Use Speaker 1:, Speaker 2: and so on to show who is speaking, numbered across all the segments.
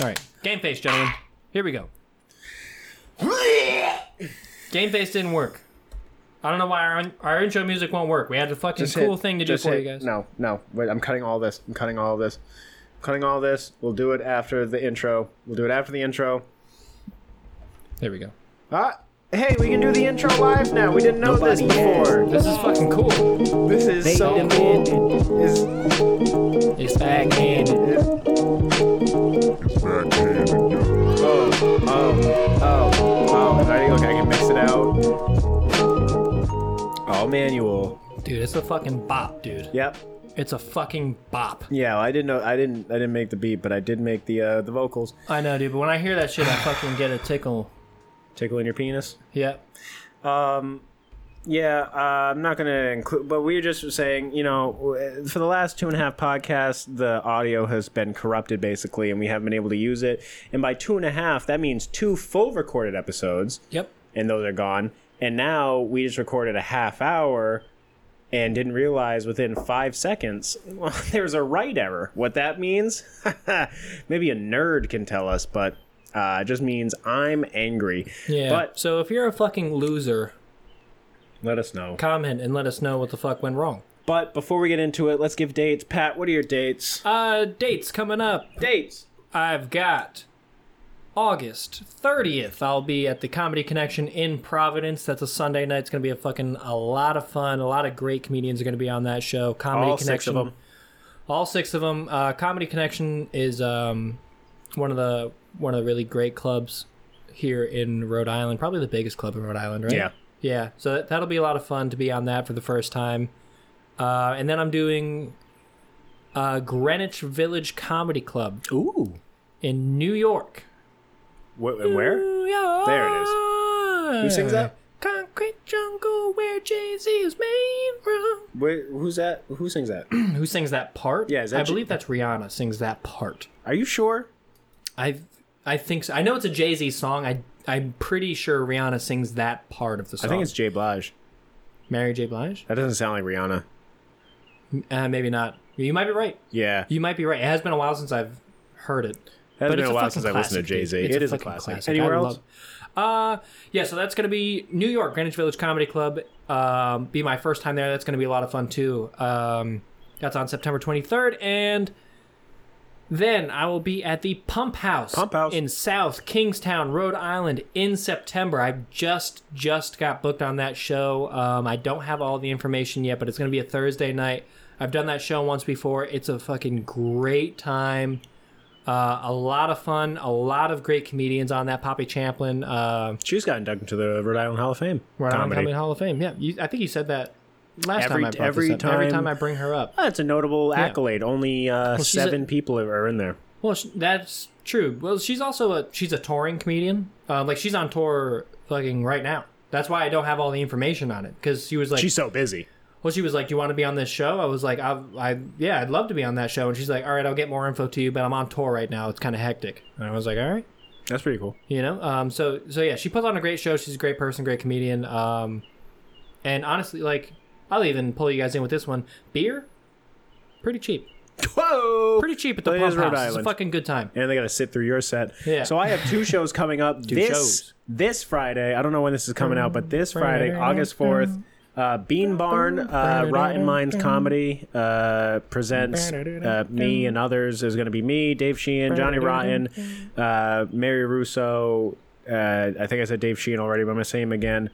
Speaker 1: All right, game face, gentlemen. Here we go. Game face didn't work. I don't know why our, our intro music won't work. We had the fucking
Speaker 2: Just
Speaker 1: cool
Speaker 2: hit-
Speaker 1: thing to do
Speaker 2: just
Speaker 1: for
Speaker 2: hit-
Speaker 1: you guys.
Speaker 2: No, no. Wait, I'm cutting all this. I'm cutting all this. I'm cutting all this. We'll do it after the intro. We'll do it after the intro.
Speaker 1: There we go.
Speaker 2: Ah, hey, we can do the intro live now. We didn't know this before.
Speaker 1: This is fucking cool.
Speaker 2: This is
Speaker 3: They
Speaker 2: so cool.
Speaker 3: demanded
Speaker 2: Is, oh,
Speaker 1: It's backhanded.
Speaker 2: is, oh, oh, oh, oh. If I look, I can mix it out. All manual.
Speaker 1: Dude, it's a fucking bop, dude.
Speaker 2: Yep.
Speaker 1: It's a fucking bop.
Speaker 2: Yeah, I didn't know. I didn't. I didn't make the beat, but I did make the uh, the vocals.
Speaker 1: I know, dude, but when I hear that shit, I fucking get a tickle.
Speaker 2: Tickling your penis.
Speaker 1: Yep.
Speaker 2: Um, yeah, uh, I'm not going to include, but we were just saying, you know, w- for the last two and a half podcasts, the audio has been corrupted basically, and we haven't been able to use it. And by two and a half, that means two full recorded episodes,
Speaker 1: Yep.
Speaker 2: and those are gone. And now we just recorded a half hour and didn't realize within five seconds well, there's a right error. What that means? Maybe a nerd can tell us, but uh, it just means I'm angry.
Speaker 1: Yeah.
Speaker 2: But
Speaker 1: so if you're a fucking loser,
Speaker 2: let us know.
Speaker 1: comment and let us know what the fuck went wrong.
Speaker 2: But before we get into it, let's give dates. Pat, what are your dates?
Speaker 1: Uh, dates coming up.
Speaker 2: Dates.
Speaker 1: I've got August 30th. I'll be at the Comedy Connection in Providence. That's a Sunday night. It's going to be a fucking a lot of fun. A lot of great comedians are going to be on that show. Comedy
Speaker 2: All
Speaker 1: Connection.
Speaker 2: six of them.
Speaker 1: All six of them. Uh, Comedy Connection is um, one of the one of the really great clubs here in Rhode Island. Probably the biggest club in Rhode Island, right?
Speaker 2: Yeah.
Speaker 1: Yeah. So that, that'll be a lot of fun to be on that for the first time. Uh, and then I'm doing uh, Greenwich Village Comedy Club
Speaker 2: Ooh.
Speaker 1: in New York.
Speaker 2: where?
Speaker 1: New York.
Speaker 2: There it
Speaker 1: is.
Speaker 2: Who sings that?
Speaker 1: Concrete jungle where Jay Z is main room.
Speaker 2: Wait, who's that? Who sings that?
Speaker 1: Who sings that part?
Speaker 2: Yeah, is that
Speaker 1: I
Speaker 2: J-
Speaker 1: believe that's Rihanna sings that part.
Speaker 2: Are you sure?
Speaker 1: I I think so. I know it's a Jay Z song. I I'm pretty sure Rihanna sings that part of the
Speaker 2: I
Speaker 1: song.
Speaker 2: think it's Jay Blige.
Speaker 1: Mary J Blige.
Speaker 2: That doesn't sound like Rihanna.
Speaker 1: Uh, maybe not. You might be right.
Speaker 2: Yeah.
Speaker 1: You might be right. It has been a while since I've heard it.
Speaker 2: It
Speaker 1: But
Speaker 2: has been
Speaker 1: it's
Speaker 2: a while
Speaker 1: fucking
Speaker 2: since I've listened to
Speaker 1: classic, dude.
Speaker 2: Jay Z.
Speaker 1: It's
Speaker 2: It is a
Speaker 1: fucking
Speaker 2: classic. Anywhere
Speaker 1: I
Speaker 2: else?
Speaker 1: love- uh, yeah, so that's going to be New York, Greenwich Village Comedy Club. Um, be my first time there. That's going to be a lot of fun, too. Um, that's on September 23rd. And then I will be at the Pump House,
Speaker 2: Pump House.
Speaker 1: in South Kingstown, Rhode Island in September. I just, just got booked on that show. Um, I don't have all the information yet, but it's going to be a Thursday night. I've done that show once before. It's a fucking great time. Uh, a lot of fun, a lot of great comedians on that. Poppy Champlin, uh,
Speaker 2: She's got inducted to the Rhode Island Hall of Fame.
Speaker 1: Rhode Island
Speaker 2: Comedy.
Speaker 1: Comedy Hall of Fame. Yeah, you, I think you said that last time.
Speaker 2: Every-
Speaker 1: I brought
Speaker 2: every
Speaker 1: this up. every
Speaker 2: time-
Speaker 1: time I bring her up.
Speaker 2: That's a notable accolade. Only uh,
Speaker 1: she's
Speaker 2: seven people are in there.
Speaker 1: Well, sh- that's true. Well, she's also a she's a touring comedian. Uh, like she's on tour fucking right now. That's why I don't have all the information on it because she was like,
Speaker 2: She's so busy.
Speaker 1: well, she was like, do you want to be on this show? I was like, I, I, yeah, I'd love to be on that show. And she's like, all right, I'll get more info to you, but I'm on tour right now. It's kind of hectic. And I was like, all right.
Speaker 2: That's pretty cool.
Speaker 1: you know um so so yeah she puts on a great show she's a great person great comedian um and honestly like i'll even pull you guys in with this one beer pretty cheap
Speaker 2: Whoa!
Speaker 1: pretty cheap at the
Speaker 2: It
Speaker 1: pump
Speaker 2: is Rhode
Speaker 1: house it's a
Speaker 2: Island.
Speaker 1: fucking good time
Speaker 2: and they got to sit through your set.
Speaker 1: Yeah.
Speaker 2: So I have two shows coming up this
Speaker 1: shows.
Speaker 2: this Friday. I don't know when this is coming out, but this Friday, August fourth, uh, Bean Barn uh, Rotten Minds Comedy uh, presents uh, me and others. There's going to be me, Dave Sheehan, Johnny Rotten, uh, Mary Russo. Uh, I think I said Dave Sheehan already, but I'm going to say him again.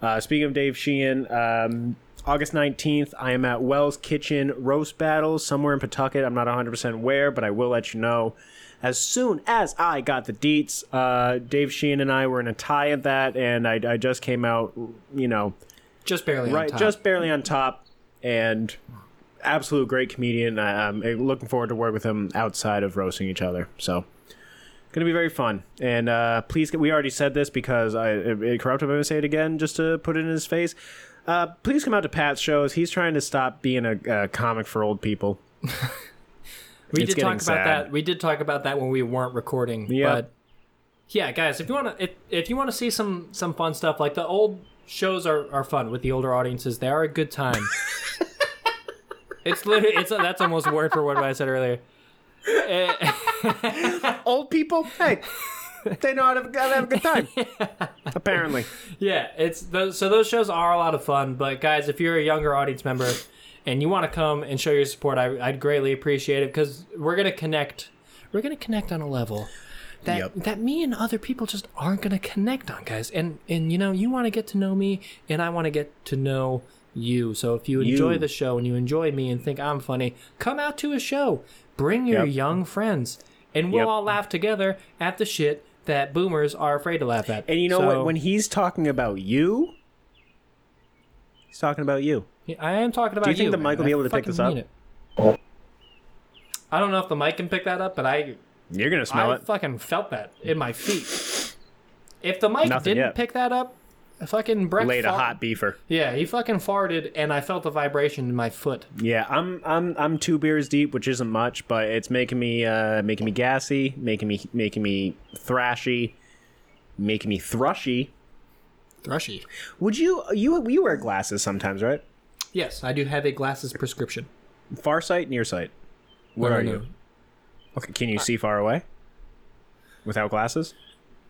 Speaker 2: Uh, speaking of Dave Sheehan, um, August 19th, I am at Wells Kitchen Roast Battles somewhere in Pawtucket. I'm not 100% where, but I will let you know. As soon as I got the deets, uh, Dave Sheehan and I were in a tie at that, and I, I just came out, you know,
Speaker 1: just barely on
Speaker 2: right,
Speaker 1: top.
Speaker 2: just barely on top, and absolute great comedian. I, I'm looking forward to work with him outside of roasting each other. So, gonna be very fun. And uh, please, we already said this because I it, it corrupted. I'm gonna say it again just to put it in his face. Uh, please come out to Pat's shows. He's trying to stop being a, a comic for old people.
Speaker 1: we
Speaker 2: it's
Speaker 1: did talk
Speaker 2: getting
Speaker 1: about
Speaker 2: sad.
Speaker 1: that we did talk about that when we weren't recording
Speaker 2: Yeah.
Speaker 1: but yeah guys if you want to if, if you want to see some some fun stuff like the old shows are, are fun with the older audiences they are a good time it's literally it's that's almost word for word what i said earlier Eh,
Speaker 2: Old people, hey, they know how to how to have a good time. Apparently,
Speaker 1: Yeah, it's those, so those shows are a lot of fun. But guys, if you're a younger audience member and you want to come and show your support, I, I'd greatly appreciate it because we're gonna connect. We're gonna connect on a level that
Speaker 2: Yep.
Speaker 1: that me and other people just aren't gonna connect on, guys. And and you know, you want to get to know me, and I want to get to know you. So if you enjoy
Speaker 2: You.
Speaker 1: the show and you enjoy me and think I'm funny, come out to a show. Bring your
Speaker 2: Yep.
Speaker 1: young friends, and we'll
Speaker 2: Yep.
Speaker 1: all laugh together at the shit that boomers are afraid to laugh at.
Speaker 2: and you know
Speaker 1: So-
Speaker 2: what? When he's talking about you, he's talking about you.
Speaker 1: Yeah, I am talking about
Speaker 2: you think the
Speaker 1: man.
Speaker 2: mic will be
Speaker 1: I
Speaker 2: able to pick this
Speaker 1: fucking
Speaker 2: up?
Speaker 1: mean it. I don't know if the mic can pick that up, but I
Speaker 2: You're gonna smell
Speaker 1: I
Speaker 2: it.
Speaker 1: fucking felt that in my feet. If the mic
Speaker 2: Nothing
Speaker 1: didn't
Speaker 2: yet.
Speaker 1: pick that up, I fucking Brett
Speaker 2: Laid a
Speaker 1: fart-
Speaker 2: hot beaver.
Speaker 1: Yeah, he fucking farted, and I felt the vibration in my foot.
Speaker 2: Yeah, I'm I'm I'm two beers deep, which isn't much, but it's making me uh making me gassy, making me making me thrashy, making me thrushy.
Speaker 1: Thrushy.
Speaker 2: Would you you you wear glasses sometimes, right?
Speaker 1: Yes, I do have a glasses prescription.
Speaker 2: Farsight, nearsight. What
Speaker 1: No,
Speaker 2: are
Speaker 1: no, no.
Speaker 2: you? Okay, can you see far away? Without glasses?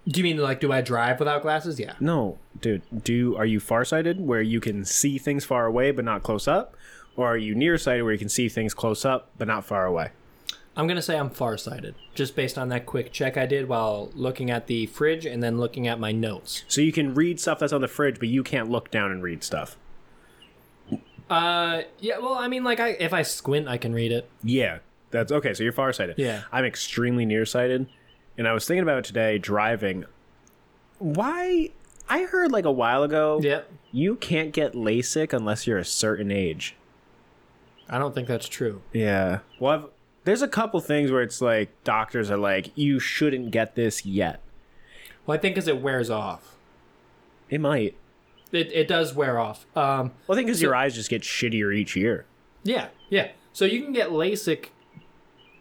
Speaker 1: Do you mean like do I drive without glasses? Yeah.
Speaker 2: No, dude. Do are you farsighted where you can see things far away but not close up? Or are you nearsighted where you can see things close up but not far away?
Speaker 1: I'm gonna say I'm farsighted, just based on that quick check I did while looking at the fridge and then looking at my notes.
Speaker 2: So you can read stuff that's on the fridge, but you can't look down and read stuff.
Speaker 1: Uh, yeah. Well, I mean, like, I if I squint, I can read it.
Speaker 2: Yeah, that's okay. So you're farsighted.
Speaker 1: Yeah.
Speaker 2: I'm extremely nearsighted, and I was thinking about it today driving. Why? I heard like a while ago.
Speaker 1: Yep.
Speaker 2: You can't get LASIK unless you're a certain age.
Speaker 1: I don't think that's true.
Speaker 2: Yeah. Well, I've, there's a couple things where it's like doctors are like, you shouldn't get this yet.
Speaker 1: Well, I think because it wears off.
Speaker 2: It might.
Speaker 1: It, it does wear off. Um,
Speaker 2: Well, I think because your eyes just get shittier each year.
Speaker 1: yeah, yeah. So you can get LASIK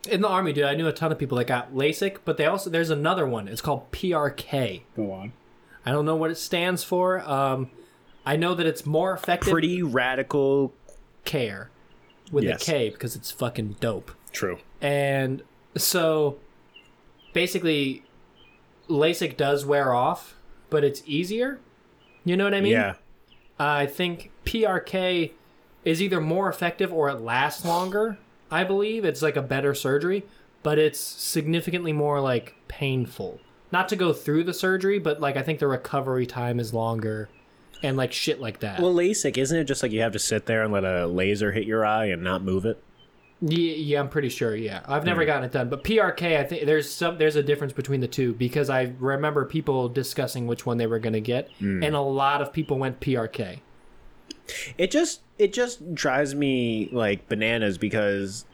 Speaker 1: in the army, dude. I knew a ton of people that got LASIK, but they also there's another one. It's called PRK.
Speaker 2: Go on.
Speaker 1: I don't know what it stands for. Um, I know that it's more effective
Speaker 2: Pretty radical.
Speaker 1: care with
Speaker 2: Yes.
Speaker 1: the K because it's fucking dope.
Speaker 2: True.
Speaker 1: And so basically, LASIK does wear off, but it's easier. You know what I mean? Uh,
Speaker 2: Yeah.
Speaker 1: I think PRK is either more effective or it lasts longer. I believe it's like a better surgery, but it's significantly more like painful. Not to go through the surgery, but like I think the recovery time is longer and like shit like that.
Speaker 2: Well, LASIK isn't it just like you have to sit there and let a laser hit your eye and not move it?
Speaker 1: Yeah, yeah, I'm pretty sure. Yeah, I've never gotten it done, but PRK, I think there's some there's a difference between the two because I remember people discussing which one they were going to get,
Speaker 2: Hmm.
Speaker 1: and a lot of people went PRK.
Speaker 2: it just it just drives me like bananas because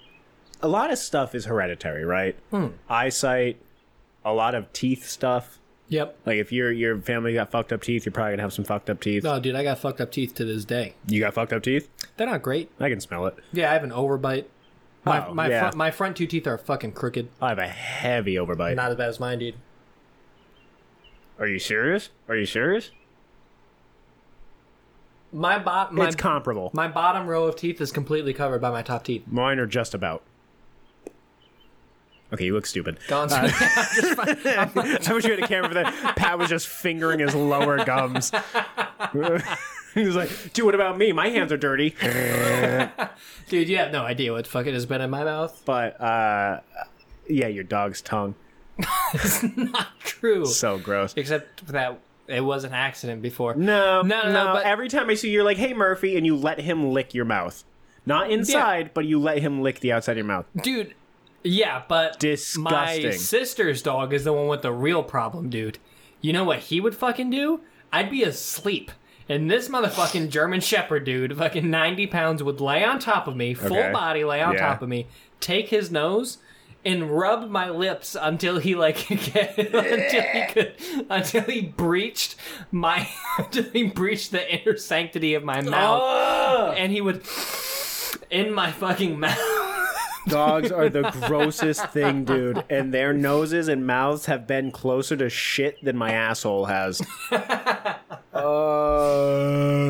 Speaker 2: a lot of stuff is hereditary right eyesight a lot of teeth stuff
Speaker 1: Yep.
Speaker 2: like if your your family got fucked up teeth you're probably gonna have some fucked up teeth
Speaker 1: Oh, dude, I got fucked up teeth to this day.
Speaker 2: you got fucked up teeth
Speaker 1: They're not great.
Speaker 2: i can smell it
Speaker 1: Yeah, I have an overbite. My
Speaker 2: Oh,
Speaker 1: my
Speaker 2: yeah.
Speaker 1: front, my front two teeth are fucking crooked.
Speaker 2: i have a heavy overbite
Speaker 1: Not as bad as mine, dude.
Speaker 2: are you serious are you serious
Speaker 1: My bot my
Speaker 2: it's comparable
Speaker 1: my bottom row of teeth is completely covered by my top teeth.
Speaker 2: mine are just about okay you look stupid
Speaker 1: Gone.
Speaker 2: I wish you had a camera for that. Pat was just fingering his lower gums. he was like, dude, what about me? My hands are dirty.
Speaker 1: dude, you have no idea what fucking has been in my mouth.
Speaker 2: But uh, yeah, your dog's tongue.
Speaker 1: True.
Speaker 2: So gross.
Speaker 1: Except that it was an accident before.
Speaker 2: No,
Speaker 1: No, no, no, but-
Speaker 2: every time I see you, you're like, hey, Murphy, and you let him lick your mouth. Not inside, but you let him lick the outside of your mouth.
Speaker 1: dude. Yeah, but my
Speaker 2: Disgusting.
Speaker 1: sister's dog is the one with the real problem, dude. You know what he would fucking do? I'd be asleep, and this motherfucking German Shepherd dude, fucking ninety pounds, would lay on top of me, full
Speaker 2: Okay.
Speaker 1: body, lay on
Speaker 2: Yeah.
Speaker 1: top of me, take his nose. And rub my lips until he like until he could until he breached my until he breached the inner sanctity of my mouth and he would in my fucking mouth.
Speaker 2: Dogs are the grossest thing, dude. And their noses and mouths have been closer to shit than my asshole has. Uh,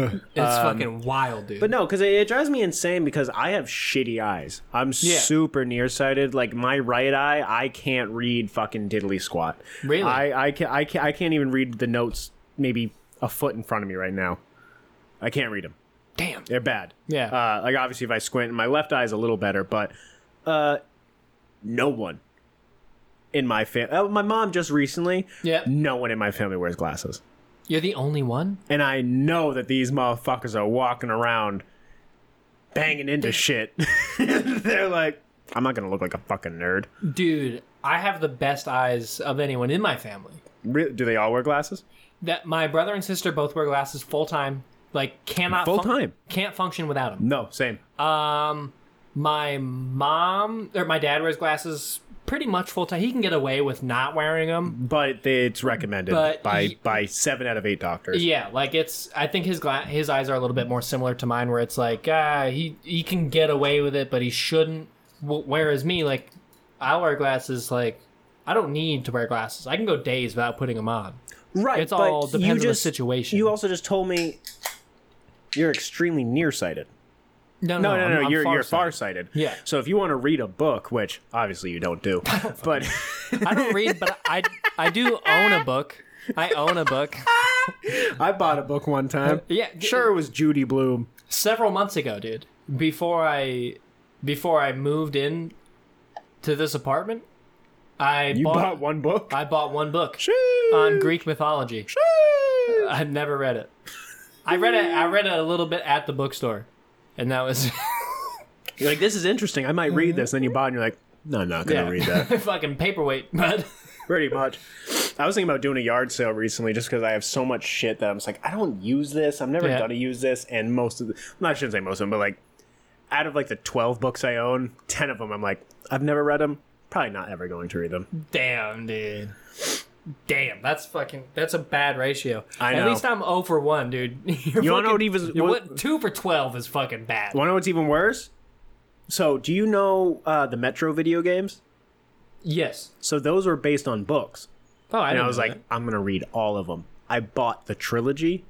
Speaker 1: It's fucking wild, dude.
Speaker 2: But no, because it, it drives me insane because I have shitty eyes. I'm super nearsighted. Like my right eye, I can't read fucking diddly squat.
Speaker 1: Really?
Speaker 2: I I can't I can't, I can't even read the notes. Maybe a foot in front of me right now. I can't read them.
Speaker 1: Damn.
Speaker 2: They're bad.
Speaker 1: Yeah.
Speaker 2: Uh, like obviously, if I squint, my left eye is a little better, but uh, no one in my family. Uh, my mom just recently.
Speaker 1: Yeah.
Speaker 2: No one in my family wears glasses,
Speaker 1: You're the only one?
Speaker 2: and I know that these motherfuckers are walking around, banging into shit. They're like, I'm not gonna look like a fucking nerd.
Speaker 1: Dude, I have the best eyes of anyone in my family.
Speaker 2: Re- Do they all wear glasses?
Speaker 1: That my brother and sister both wear glasses full time. Like cannot
Speaker 2: Full time.
Speaker 1: can't function without them.
Speaker 2: No, same.
Speaker 1: Um, my mom or my dad wears glasses pretty much full time. He can get away with not wearing them.
Speaker 2: But they- it's recommended
Speaker 1: But
Speaker 2: by
Speaker 1: y-
Speaker 2: by seven out of eight doctors.
Speaker 1: Yeah, like it's. I think his gla- his eyes are a little bit more similar to mine, where it's like, ah, he he can get away with it, but he shouldn't. Wh- Whereas me, like, I wear glasses. Like, I don't need to wear glasses. I can go days without putting them on.
Speaker 2: Right.
Speaker 1: It's
Speaker 2: but
Speaker 1: all depends
Speaker 2: you
Speaker 1: on the
Speaker 2: just-
Speaker 1: situation.
Speaker 2: You also just told me you're extremely nearsighted.
Speaker 1: No,
Speaker 2: No,
Speaker 1: no,
Speaker 2: no,
Speaker 1: I'm-
Speaker 2: no.
Speaker 1: I'm
Speaker 2: you're you're
Speaker 1: farsighted.
Speaker 2: farsighted.
Speaker 1: Yeah.
Speaker 2: So if you want to read a book, which obviously you don't do, but
Speaker 1: I don't read, but I I do own a book. I own a book.
Speaker 2: I bought a book one time.
Speaker 1: Yeah,
Speaker 2: Sure, it was Judy Bloom.
Speaker 1: several months ago, dude. Before I before I moved in to this apartment, I
Speaker 2: You
Speaker 1: bought,
Speaker 2: bought one book
Speaker 1: I bought one book
Speaker 2: Shoo,
Speaker 1: on Greek mythology.
Speaker 2: shoo.
Speaker 1: I've never read it. I read it. I read it a little bit at the bookstore, and that was
Speaker 2: You're like, this is interesting. I might read this. And then you bought, it and you're like, no, I'm not gonna
Speaker 1: yeah.
Speaker 2: read that.
Speaker 1: fucking paperweight. But
Speaker 2: Pretty much. I was thinking about doing a yard sale recently, just because I have so much shit that I'm just like, I don't use this. I'm never
Speaker 1: Yeah.
Speaker 2: gonna use this. And most of, the, well, I shouldn't say most of them, but like, out of like the 12 books I own, 10 of them, I'm like, I've never read them. Probably not ever going to read them.
Speaker 1: damn, dude. Damn, that's fucking. That's a bad ratio.
Speaker 2: I
Speaker 1: At
Speaker 2: know.
Speaker 1: least I'm 0 for one, dude. You're
Speaker 2: You wanna know
Speaker 1: fucking-
Speaker 2: what even-
Speaker 1: you're
Speaker 2: what-
Speaker 1: what- two for twelve is fucking bad.
Speaker 2: Want to know what's even worse? So, do you know uh, the Metro video games?
Speaker 1: Yes.
Speaker 2: So those were based on books,
Speaker 1: Oh, I,
Speaker 2: and
Speaker 1: didn't
Speaker 2: I was
Speaker 1: know
Speaker 2: like,
Speaker 1: that.
Speaker 2: I'm gonna read all of them. I bought the trilogy,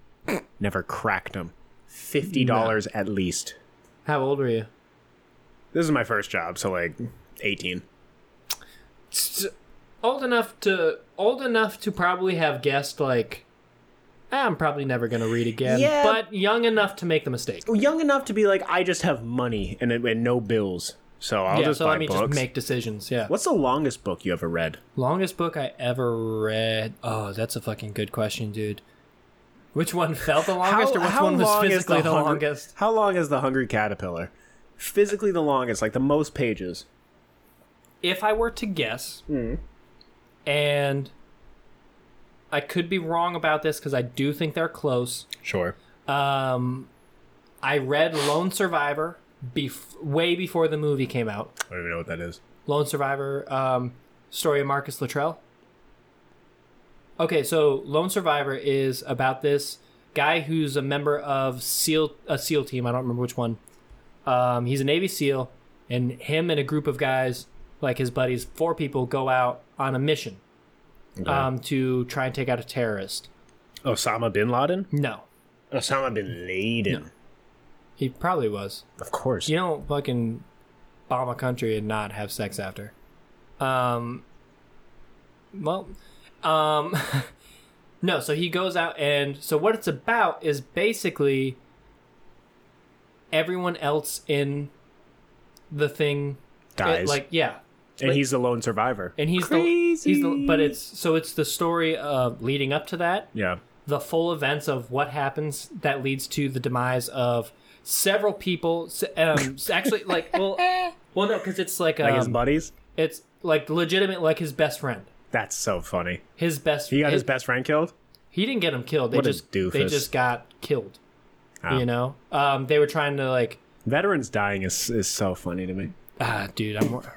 Speaker 2: never cracked them. Fifty dollars at least.
Speaker 1: how old were you?
Speaker 2: This is my first job, so like eighteen.
Speaker 1: old enough to old enough to probably have guessed like "Ah, I'm probably never gonna read again,
Speaker 2: Yeah.
Speaker 1: but young enough to make the mistake.
Speaker 2: Well, young enough to be like, I just have money and, and no bills, so I'll
Speaker 1: yeah,
Speaker 2: just
Speaker 1: so
Speaker 2: buy
Speaker 1: let me
Speaker 2: books.
Speaker 1: just make decisions. Yeah,
Speaker 2: What's the longest book you ever read?
Speaker 1: longest book I ever read? Oh, that's a fucking good question, dude. Which one felt the longest, or which one was
Speaker 2: long is
Speaker 1: physically the,
Speaker 2: Hungry-
Speaker 1: longest?
Speaker 2: How long is the Hungry Caterpillar? Physically the longest, like the most pages.
Speaker 1: If I were to guess, and I could be wrong about this because I do think they're close.
Speaker 2: Sure.
Speaker 1: Um, I read Lone Survivor bef- way before the movie came out.
Speaker 2: I don't even know what that is.
Speaker 1: Lone Survivor, um, story of Marcus Luttrell. Okay, so Lone Survivor is about this guy who's a member of SEAL a SEAL team. I don't remember which one. Um, he's a Navy SEAL, and him and a group of guys, like his buddies, four people, go out on a mission um, to try and take out a terrorist.
Speaker 2: Osama bin Laden?
Speaker 1: No,
Speaker 2: Osama bin Laden.
Speaker 1: he probably was.
Speaker 2: Of course.
Speaker 1: You don't fucking bomb a country and not have sex after. Um, well, um, no. So he goes out, and so what it's about is basically everyone else in the thing
Speaker 2: Dies.
Speaker 1: like yeah,
Speaker 2: and he's the lone survivor.
Speaker 1: and he's the he's the but it's so it's the story of leading up to that
Speaker 2: Yeah.
Speaker 1: the full events of what happens that leads to the demise of several people. s- Um, s- actually, like, well, well, no, because it's like,
Speaker 2: Like his
Speaker 1: um,
Speaker 2: buddies?
Speaker 1: it's like legitimate, like his best friend,
Speaker 2: That's so funny.
Speaker 1: his best.
Speaker 2: He got his best friend killed?
Speaker 1: He didn't get him killed. They
Speaker 2: What a
Speaker 1: just they
Speaker 2: doofus.
Speaker 1: just got killed.
Speaker 2: Ah.
Speaker 1: You know, um, they were trying to like,
Speaker 2: Veterans dying is, is so funny to me.
Speaker 1: ah, dude, I'm. wor-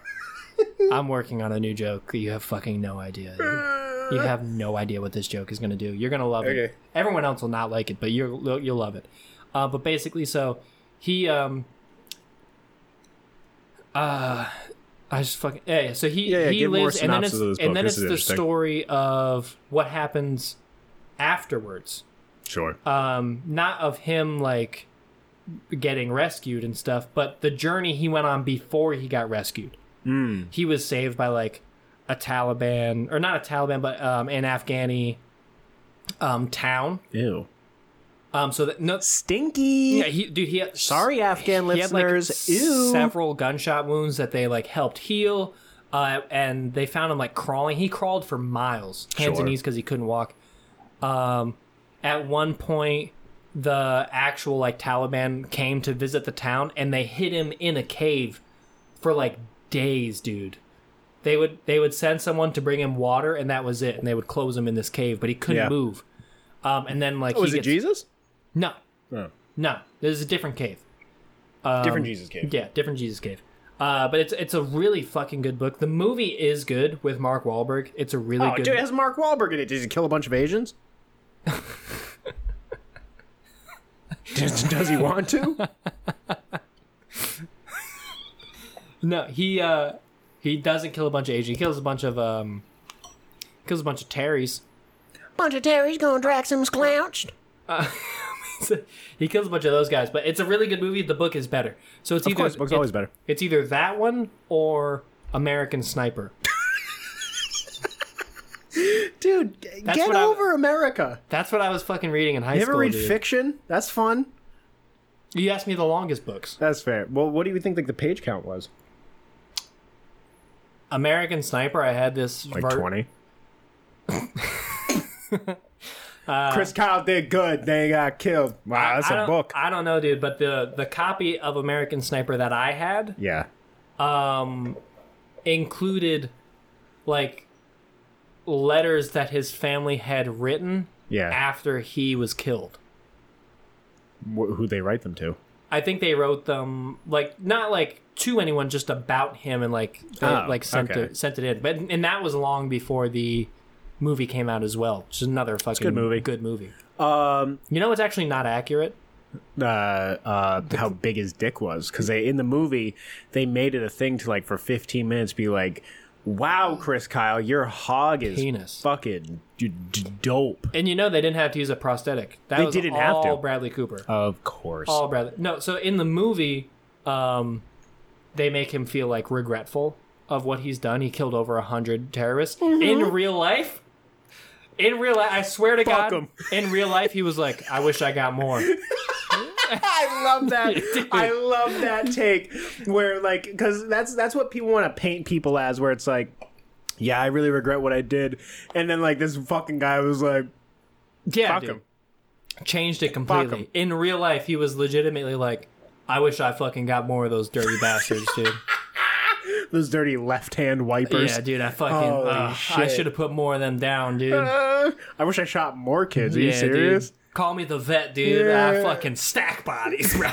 Speaker 1: I'm working on a new joke. You have fucking no idea. dude. You have no idea what this joke is going to do. You're going to love it.
Speaker 2: Okay.
Speaker 1: Everyone else will not like it, but you're, you'll love it. Uh, but basically, so he, um, uh, I just fucking yeah. yeah, So he
Speaker 2: Yeah, yeah,
Speaker 1: he
Speaker 2: give more
Speaker 1: lives, and then
Speaker 2: synopsis
Speaker 1: it's
Speaker 2: of this
Speaker 1: and
Speaker 2: book.
Speaker 1: then
Speaker 2: This
Speaker 1: it's
Speaker 2: is
Speaker 1: the
Speaker 2: interesting.
Speaker 1: story of what happens afterwards.
Speaker 2: Sure.
Speaker 1: um, not of him like getting rescued and stuff, but the journey he went on before he got rescued. He was saved by like a Taliban, or not a Taliban, but um, an Afghani um, town.
Speaker 2: Ew.
Speaker 1: Um, so that no,
Speaker 2: Stinky.
Speaker 1: yeah, he, dude, he had,
Speaker 2: Sorry, Afghan
Speaker 1: he had, like,
Speaker 2: listeners. Ew.
Speaker 1: several gunshot wounds that they like helped heal, uh, and they found him like crawling. He crawled for miles, hands
Speaker 2: Sure.
Speaker 1: and knees, because he couldn't walk. Um, at one point, the actual like Taliban came to visit the town, and they hid him in a cave for like days, dude. They would they would send someone to bring him water, and that was it. And they would close him in this cave, but he couldn't
Speaker 2: Yeah.
Speaker 1: move. Um, and then like
Speaker 2: oh,
Speaker 1: he
Speaker 2: is it
Speaker 1: gets-
Speaker 2: Jesus?
Speaker 1: No,
Speaker 2: Oh.
Speaker 1: no, this is a different cave. um,
Speaker 2: Different Jesus cave.
Speaker 1: Yeah, different Jesus Cave. Uh, but it's it's a really fucking good book. The movie is good with Mark Wahlberg. It's a really
Speaker 2: Oh,
Speaker 1: good.
Speaker 2: dude, it has Mark Wahlberg in it. Did he kill a bunch of Asians? does, does he want to?
Speaker 1: No, he uh, he doesn't kill a bunch of Asians. He kills a bunch of um, kills a bunch of Terrys.
Speaker 2: bunch of Terry's gonna drag some slouched.
Speaker 1: he kills a bunch of those guys. But it's a really good movie. The book is better. So it's
Speaker 2: Of
Speaker 1: either
Speaker 2: course, book's
Speaker 1: it's,
Speaker 2: always better.
Speaker 1: it's either that one or American Sniper.
Speaker 2: Dude, g- get
Speaker 1: what I-
Speaker 2: over America.
Speaker 1: That's what I was fucking reading in high
Speaker 2: You
Speaker 1: school.
Speaker 2: ever read
Speaker 1: dude.
Speaker 2: fiction? That's fun.
Speaker 1: you asked me the longest books.
Speaker 2: That's fair. Well, what do you think like the page count was?
Speaker 1: American Sniper. I had this ver-
Speaker 2: Chris Kyle did good. They got killed. Wow, that's
Speaker 1: Uh, I
Speaker 2: a
Speaker 1: don't-
Speaker 2: book.
Speaker 1: I don't know, dude, but the the copy of American Sniper that I had
Speaker 2: yeah.
Speaker 1: um included like letters that his family had written
Speaker 2: Yeah.
Speaker 1: after he was killed.
Speaker 2: Wh- who they write them to.
Speaker 1: I think they wrote them like not like to anyone, just about him, and like they,
Speaker 2: Oh,
Speaker 1: like sent
Speaker 2: okay.
Speaker 1: it sent it in. But and that was long before the movie came out as well. Which is another fucking
Speaker 2: good movie.
Speaker 1: Good movie.
Speaker 2: Um,
Speaker 1: You know, it's actually not accurate.
Speaker 2: uh, uh, how big his dick was because they in the movie they made it a thing to like for 15 minutes be like, "Wow, Chris Kyle, your hog is
Speaker 1: Penis.
Speaker 2: fucking d- d- dope."
Speaker 1: And you know they didn't have to use a prosthetic. That
Speaker 2: They
Speaker 1: was
Speaker 2: didn't
Speaker 1: all
Speaker 2: have to.
Speaker 1: Bradley Cooper.
Speaker 2: Of course.
Speaker 1: all Bradley. No, so in the movie, um, they make him feel like regretful of what he's done. He killed over a hundred terrorists. In real life, in real life, I swear to
Speaker 2: Fuck
Speaker 1: God,
Speaker 2: 'em.
Speaker 1: in real life, he was like, "I wish I got more."
Speaker 2: I love that. I love that take where like because that's that's what people want to paint people as where it's like, yeah, I really regret what I did, and then like this fucking guy was like,
Speaker 1: Yeah,
Speaker 2: fuck
Speaker 1: dude.
Speaker 2: him.
Speaker 1: changed it
Speaker 2: 'em.
Speaker 1: completely. In real life, he was legitimately like, "I wish I fucking got more of those dirty bastards, dude."
Speaker 2: Those dirty left hand wipers.
Speaker 1: Yeah, dude, I fucking,
Speaker 2: Holy
Speaker 1: uh, I
Speaker 2: shit.
Speaker 1: should have put more of them down, dude.
Speaker 2: Uh, I wish I shot more kids. Are you
Speaker 1: Yeah,
Speaker 2: serious?
Speaker 1: Dude. Call me the vet, dude. I
Speaker 2: Yeah.
Speaker 1: fucking stack bodies, bro.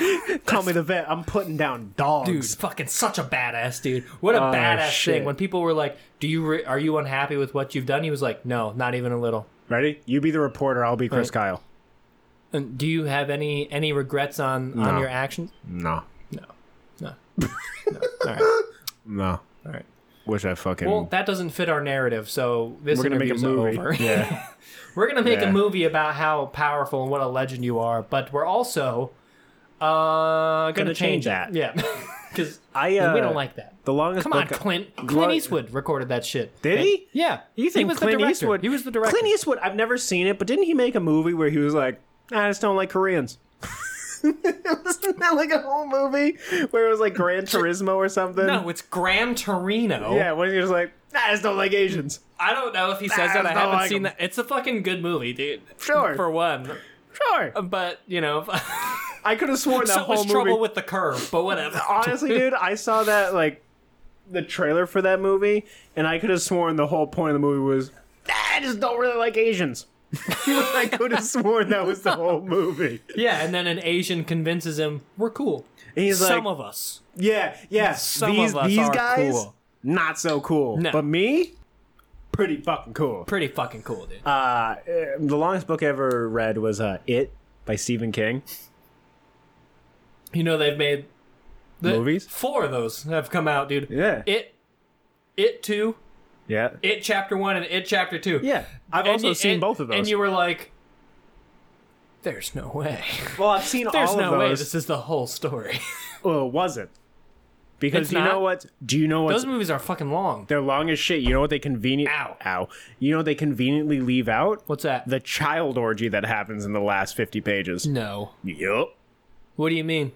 Speaker 2: Call me the vet. I'm putting down
Speaker 1: Dude,
Speaker 2: dogs.
Speaker 1: fucking such a badass dude. What a badass
Speaker 2: Oh, shit.
Speaker 1: thing. When people were like, "Do you re- are you unhappy with what you've done?" He was like, "No, not even a little."
Speaker 2: Ready? You be the reporter. I'll be Chris
Speaker 1: Right.
Speaker 2: Kyle.
Speaker 1: And do you have any any regrets on on
Speaker 2: No. Mm.
Speaker 1: your actions?
Speaker 2: No,
Speaker 1: No. no. All right.
Speaker 2: no.
Speaker 1: All right.
Speaker 2: Wish I fucking.
Speaker 1: Well, that doesn't fit our narrative, so this
Speaker 2: we're gonna make a
Speaker 1: interview's
Speaker 2: movie.
Speaker 1: over.
Speaker 2: Yeah.
Speaker 1: we're gonna make
Speaker 2: Yeah.
Speaker 1: a movie about how powerful and what a legend you are, but we're also uh gonna,
Speaker 2: Gonna change that.
Speaker 1: it. Yeah, because
Speaker 2: I. Uh,
Speaker 1: we don't like that.
Speaker 2: the longest.
Speaker 1: Come on,
Speaker 2: book-
Speaker 1: Clint.
Speaker 2: Glo-
Speaker 1: Clint Eastwood recorded that shit.
Speaker 2: Did he?
Speaker 1: Yeah.
Speaker 2: You think
Speaker 1: he was
Speaker 2: Clint
Speaker 1: the director.
Speaker 2: Eastwood?
Speaker 1: He was the director.
Speaker 2: Clint Eastwood. I've never seen it, but didn't he make a movie where he was like, "Ah, "I just don't like Koreans." Wasn't that like a whole movie where it was like Gran Turismo or something?
Speaker 1: No, it's Gran Torino.
Speaker 2: Yeah, when he was like, "Ah, "I just don't like Asians."
Speaker 1: I don't know if he says that. I
Speaker 2: don't
Speaker 1: haven't
Speaker 2: like
Speaker 1: seen
Speaker 2: him.
Speaker 1: that. It's a fucking good movie, dude.
Speaker 2: Sure.
Speaker 1: For one.
Speaker 2: Sure,
Speaker 1: But, you know,
Speaker 2: I could have sworn that
Speaker 1: so
Speaker 2: whole
Speaker 1: was
Speaker 2: movie.
Speaker 1: trouble with the curve, but whatever.
Speaker 2: Honestly, dude, I saw that like the trailer for that movie, and I could have sworn the whole point of the movie was, "I just don't really like Asians." I could have sworn that was the whole movie.
Speaker 1: Yeah, and then an Asian convinces him, we're cool.
Speaker 2: And he's like,
Speaker 1: Some of us.
Speaker 2: Yeah, yeah.
Speaker 1: Some
Speaker 2: these
Speaker 1: of us
Speaker 2: these
Speaker 1: are
Speaker 2: guys,
Speaker 1: cool.
Speaker 2: not so cool.
Speaker 1: No.
Speaker 2: But me, pretty fucking cool.
Speaker 1: Pretty fucking cool, dude.
Speaker 2: Uh, uh, the longest book I ever read was uh, It by Stephen King.
Speaker 1: you know, they've made the,
Speaker 2: Movies?
Speaker 1: Four of those have come out, dude.
Speaker 2: Yeah.
Speaker 1: It, It 2,
Speaker 2: Yeah.
Speaker 1: It Chapter 1, and It Chapter 2.
Speaker 2: yeah. I've
Speaker 1: And
Speaker 2: also
Speaker 1: you-
Speaker 2: seen
Speaker 1: and-
Speaker 2: both of those.
Speaker 1: And you were like, There's no way.
Speaker 2: Well, I've seen
Speaker 1: There's
Speaker 2: all
Speaker 1: no
Speaker 2: of
Speaker 1: way
Speaker 2: those.
Speaker 1: this is the whole story.
Speaker 2: well, it wasn't because
Speaker 1: It's
Speaker 2: you know
Speaker 1: not?
Speaker 2: what? Do you know what?
Speaker 1: Those movies are fucking long.
Speaker 2: They're long as shit. You know what they convenient?
Speaker 1: Ow.
Speaker 2: ow. You know what they conveniently leave out?
Speaker 1: What's that?
Speaker 2: The child orgy that happens in the last fifty pages.
Speaker 1: no.
Speaker 2: Yup.
Speaker 1: What do you mean?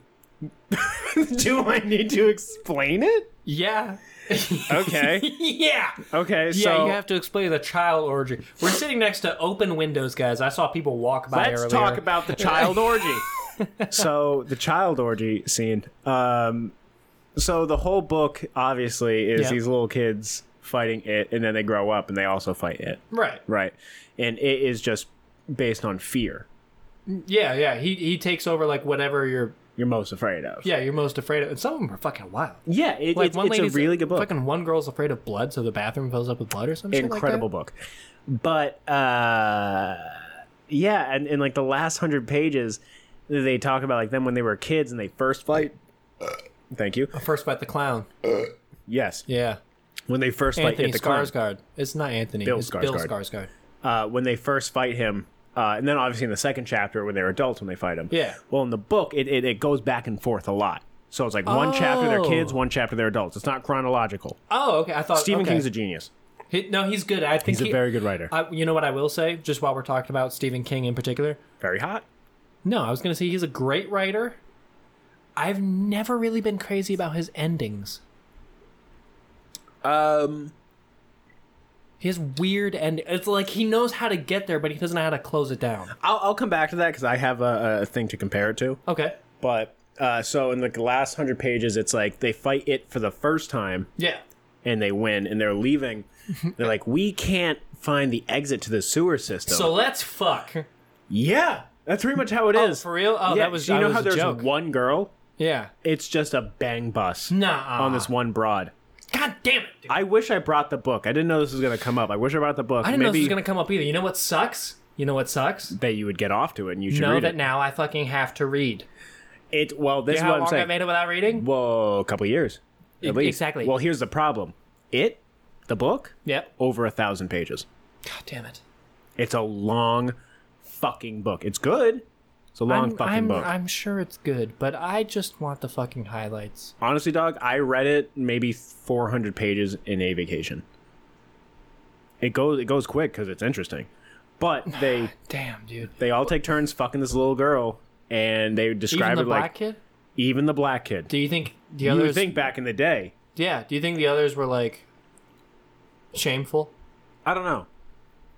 Speaker 2: Do I need to explain it?
Speaker 1: Yeah.
Speaker 2: Okay.
Speaker 1: yeah.
Speaker 2: Okay.
Speaker 1: Yeah,
Speaker 2: so
Speaker 1: you have to explain the child orgy. We're sitting next to open windows, guys. I saw people walk by
Speaker 2: let's
Speaker 1: earlier.
Speaker 2: talk about the child orgy. so the child orgy scene. Um, so the whole book obviously is
Speaker 1: Yeah.
Speaker 2: these little kids fighting it, and then they grow up and they also fight it.
Speaker 1: right.
Speaker 2: Right. And it is just based on fear.
Speaker 1: Yeah, yeah. He he takes over like whatever you're.
Speaker 2: You're most afraid of.
Speaker 1: Yeah, you're most afraid of. And some of them are fucking wild.
Speaker 2: Yeah, it,
Speaker 1: Like
Speaker 2: it's,
Speaker 1: one
Speaker 2: it's a
Speaker 1: lady's-
Speaker 2: really good book.
Speaker 1: Fucking one girl's afraid of blood, so the bathroom fills up with blood or something.
Speaker 2: Incredible book. But uh yeah, and in like the last hundred pages they talk about like them when they were kids and they first fight. Thank you.
Speaker 1: First fight the clown.
Speaker 2: Yes.
Speaker 1: Yeah.
Speaker 2: When they first
Speaker 1: Anthony
Speaker 2: fight hit the clown.
Speaker 1: Skarsgård. It's not Anthony.
Speaker 2: Bill
Speaker 1: it's Bill
Speaker 2: Skarsgård.
Speaker 1: Skarsgård.
Speaker 2: uh, when they first fight him, uh, and then obviously in the second chapter when they're adults when they fight him.
Speaker 1: Yeah.
Speaker 2: Well, in the book, it, it, it goes back and forth a lot. So it's like one chapter they're
Speaker 1: Oh.
Speaker 2: kids, one chapter they're adults. It's not chronological.
Speaker 1: Oh, okay. I thought
Speaker 2: Stephen
Speaker 1: okay.
Speaker 2: King's a genius.
Speaker 1: He- no, he's good. I think
Speaker 2: He's
Speaker 1: he-
Speaker 2: a very good writer.
Speaker 1: I, you know what I will say, just while we're talking about Stephen King in particular.
Speaker 2: very hot.
Speaker 1: No, I was going to say he's a great writer. I've never really been crazy about his endings.
Speaker 2: Um.
Speaker 1: He has weird end. It's like he knows how to get there, but he doesn't know how to close it down.
Speaker 2: I'll, I'll come back to that because I have a, a thing to compare it to.
Speaker 1: Okay.
Speaker 2: But uh, so in the last hundred pages, it's like they fight it for the first time
Speaker 1: Yeah.
Speaker 2: and they win, and they're leaving. they're like, we can't find the exit to the sewer system.
Speaker 1: So let's fuck.
Speaker 2: yeah, that's pretty much how it is.
Speaker 1: for real? Oh,
Speaker 2: yeah,
Speaker 1: that was
Speaker 2: you
Speaker 1: that
Speaker 2: know
Speaker 1: was
Speaker 2: how
Speaker 1: a
Speaker 2: there's
Speaker 1: joke.
Speaker 2: one girl.
Speaker 1: Yeah.
Speaker 2: It's just a bang bus
Speaker 1: Nah.
Speaker 2: on this one broad.
Speaker 1: God damn it. Dude. I,
Speaker 2: I wish I brought the book. I didn't know this was going to come up. I wish I brought the book.
Speaker 1: didn't
Speaker 2: Maybe
Speaker 1: know this was gonna come up either. You know what sucks? You know what sucks?
Speaker 2: that you would get off to it and you should
Speaker 1: Know
Speaker 2: read
Speaker 1: that
Speaker 2: it.
Speaker 1: now I fucking have to read.
Speaker 2: It well, this
Speaker 1: You
Speaker 2: is
Speaker 1: know how
Speaker 2: what I'm
Speaker 1: long I
Speaker 2: saying.
Speaker 1: made it without reading?
Speaker 2: Whoa, a couple years, at
Speaker 1: E-
Speaker 2: least.
Speaker 1: exactly.
Speaker 2: Well, here's the problem. It, the book,
Speaker 1: Yep.
Speaker 2: over a thousand pages.
Speaker 1: God damn it.
Speaker 2: It's a long, fucking book. It's good. It's a long
Speaker 1: I'm,
Speaker 2: fucking
Speaker 1: I'm,
Speaker 2: book.
Speaker 1: I'm sure it's good, but I just want the fucking highlights.
Speaker 2: Honestly, dog, I read it maybe 400 pages in a vacation. It goes it goes quick because it's interesting, but they
Speaker 1: Damn, dude.
Speaker 2: they all take turns fucking this little girl, and they describe
Speaker 1: Even the
Speaker 2: it
Speaker 1: black
Speaker 2: like
Speaker 1: kid?
Speaker 2: even the black kid.
Speaker 1: Do you think the
Speaker 2: you would
Speaker 1: others?
Speaker 2: think back in the day?
Speaker 1: yeah. Do you think the others were like shameful?
Speaker 2: I don't know.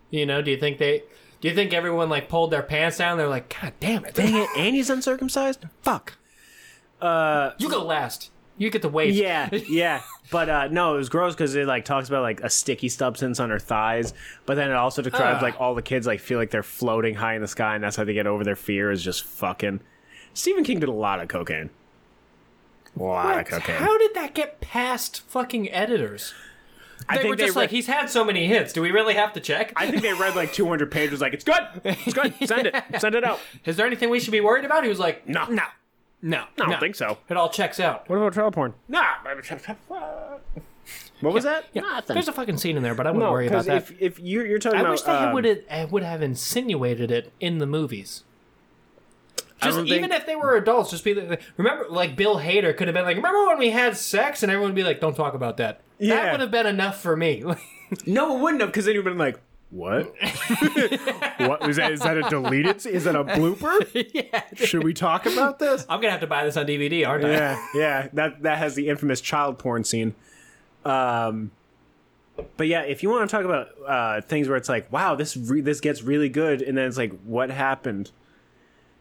Speaker 1: You know? Do you think they? Do you think everyone like pulled their pants down? They're like, God damn it!
Speaker 2: Dang it, and he's uncircumcised. Fuck. Uh,
Speaker 1: You go last. You get the waist.
Speaker 2: yeah, yeah. But uh, no, it was gross because it like talks about like a sticky substance on her thighs, but then it also describes
Speaker 1: Ugh.
Speaker 2: like all the kids like feel like they're floating high in the sky, and that's how they get over their fear is just fucking. Stephen King did a lot of cocaine. A lot of cocaine.
Speaker 1: How did that get past fucking editors?
Speaker 2: I
Speaker 1: They
Speaker 2: think
Speaker 1: were just
Speaker 2: they
Speaker 1: like,
Speaker 2: re-
Speaker 1: he's had so many hits. Do we really have to check?
Speaker 2: I think they read like 200 pages. Like it's good, it's good. Send it, send it out.
Speaker 1: Is there anything we should be worried about? He was like,
Speaker 2: No, no.
Speaker 1: no,
Speaker 2: I don't think so.
Speaker 1: It all checks out.
Speaker 2: What about child porn? Nah. What was that? Nothing.
Speaker 1: There's a fucking scene in there, but I wouldn't
Speaker 2: No,
Speaker 1: worry about
Speaker 2: 'cause
Speaker 1: that.
Speaker 2: If, if you're, you're talking
Speaker 1: I
Speaker 2: about,
Speaker 1: wish they
Speaker 2: um,
Speaker 1: would have eh, would have insinuated it in the movies. Just
Speaker 2: don't
Speaker 1: even
Speaker 2: think-
Speaker 1: if they were adults, just be like, remember, like Bill Hader could have been like, remember when we had sex, and everyone would be like, don't talk about that. That
Speaker 2: Yeah.
Speaker 1: would have been enough for me.
Speaker 2: No, it wouldn't have, because then you'd have been like, what? what is that? Is that a deleted? Is that a blooper? Should we talk about this?
Speaker 1: I'm gonna have to buy this on DVD, aren't I?
Speaker 2: Yeah, yeah. That that has the infamous child porn scene. Um, but yeah, if you want to talk about uh, things where it's like, wow, this re- this gets really good, and then it's like, what happened?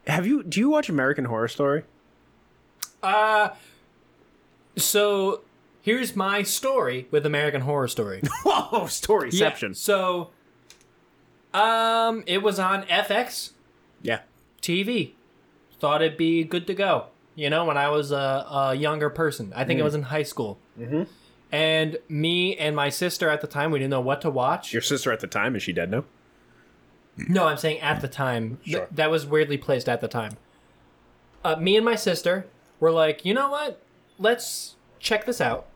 Speaker 2: Have you? Do you watch American Horror Story?
Speaker 1: Uh, So here's my story with American Horror Story.
Speaker 2: Whoa,
Speaker 1: Yeah,
Speaker 2: Storyception.
Speaker 1: so, um, it was on FX
Speaker 2: Yeah.
Speaker 1: TV. Thought it'd be good to go. You know, when I was a, a younger person, I think it was in high school. Mm-hmm. And me and my sister at the time, we didn't know what to watch.
Speaker 2: Your sister at the time is she dead now?
Speaker 1: no, I'm saying at the time. Th-
Speaker 2: Sure.
Speaker 1: that was weirdly placed at the time. Uh, me and my sister were like, you know what? Let's check this out.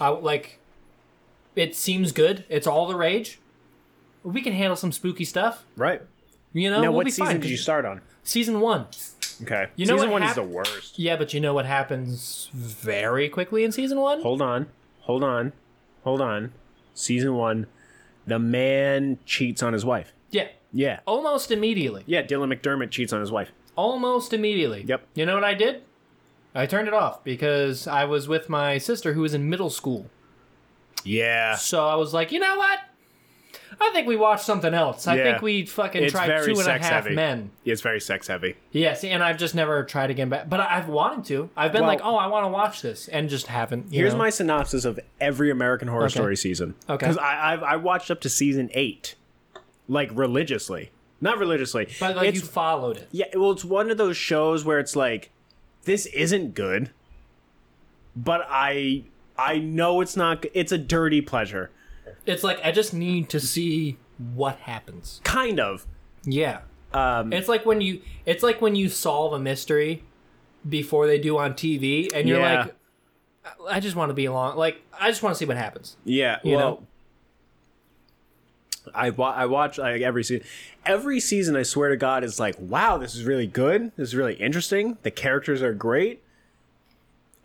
Speaker 1: Uh, like, it seems good. It's all the rage. We can handle some spooky stuff.
Speaker 2: Right.
Speaker 1: You know,
Speaker 2: now,
Speaker 1: we'll
Speaker 2: what
Speaker 1: be
Speaker 2: season
Speaker 1: fine.
Speaker 2: did you start on?
Speaker 1: Season one.
Speaker 2: Okay.
Speaker 1: You know
Speaker 2: season
Speaker 1: what
Speaker 2: one
Speaker 1: hap-
Speaker 2: is the worst.
Speaker 1: Yeah, but you know what happens very quickly in season one?
Speaker 2: Hold on. Hold on. Hold on. Season one, the man cheats on his wife.
Speaker 1: Yeah.
Speaker 2: Yeah.
Speaker 1: Almost immediately.
Speaker 2: Yeah, Dylan McDermott cheats on his wife.
Speaker 1: Almost immediately.
Speaker 2: Yep.
Speaker 1: You know what I did? I turned it off because I was with my sister who was in middle school.
Speaker 2: Yeah.
Speaker 1: So I was like, you know what? I think we watched something else. I
Speaker 2: Yeah.
Speaker 1: think we fucking
Speaker 2: It's
Speaker 1: tried
Speaker 2: very
Speaker 1: two and a
Speaker 2: sex
Speaker 1: half
Speaker 2: heavy.
Speaker 1: men.
Speaker 2: It's very sex heavy.
Speaker 1: Yeah, see, and I've just never tried again. Back, but I- I've wanted to. I've been
Speaker 2: Well-
Speaker 1: like, oh, I want to watch this, and just haven't. you
Speaker 2: Here's
Speaker 1: know?
Speaker 2: my synopsis of every American Horror
Speaker 1: Okay.
Speaker 2: Story season.
Speaker 1: Okay.
Speaker 2: Because I, I've I watched up to season eight, like religiously, not religiously.
Speaker 1: But like
Speaker 2: it's,
Speaker 1: you followed it.
Speaker 2: yeah, well, it's one of those shows where it's like, this isn't good, but I I know it's not. g- It's a dirty pleasure,
Speaker 1: It's like I just need to see what happens.
Speaker 2: kind of.
Speaker 1: Yeah,
Speaker 2: Um,
Speaker 1: it's like when you it's like when you solve a mystery before they do on TV, and you're
Speaker 2: Yeah.
Speaker 1: like, I I just want to be along. Like I just want to see what happens.
Speaker 2: yeah,
Speaker 1: You
Speaker 2: well,
Speaker 1: know?
Speaker 2: I wa- I watch like every season. Every season, I swear to God, is like, wow, this is really good. This is really interesting. The characters are great.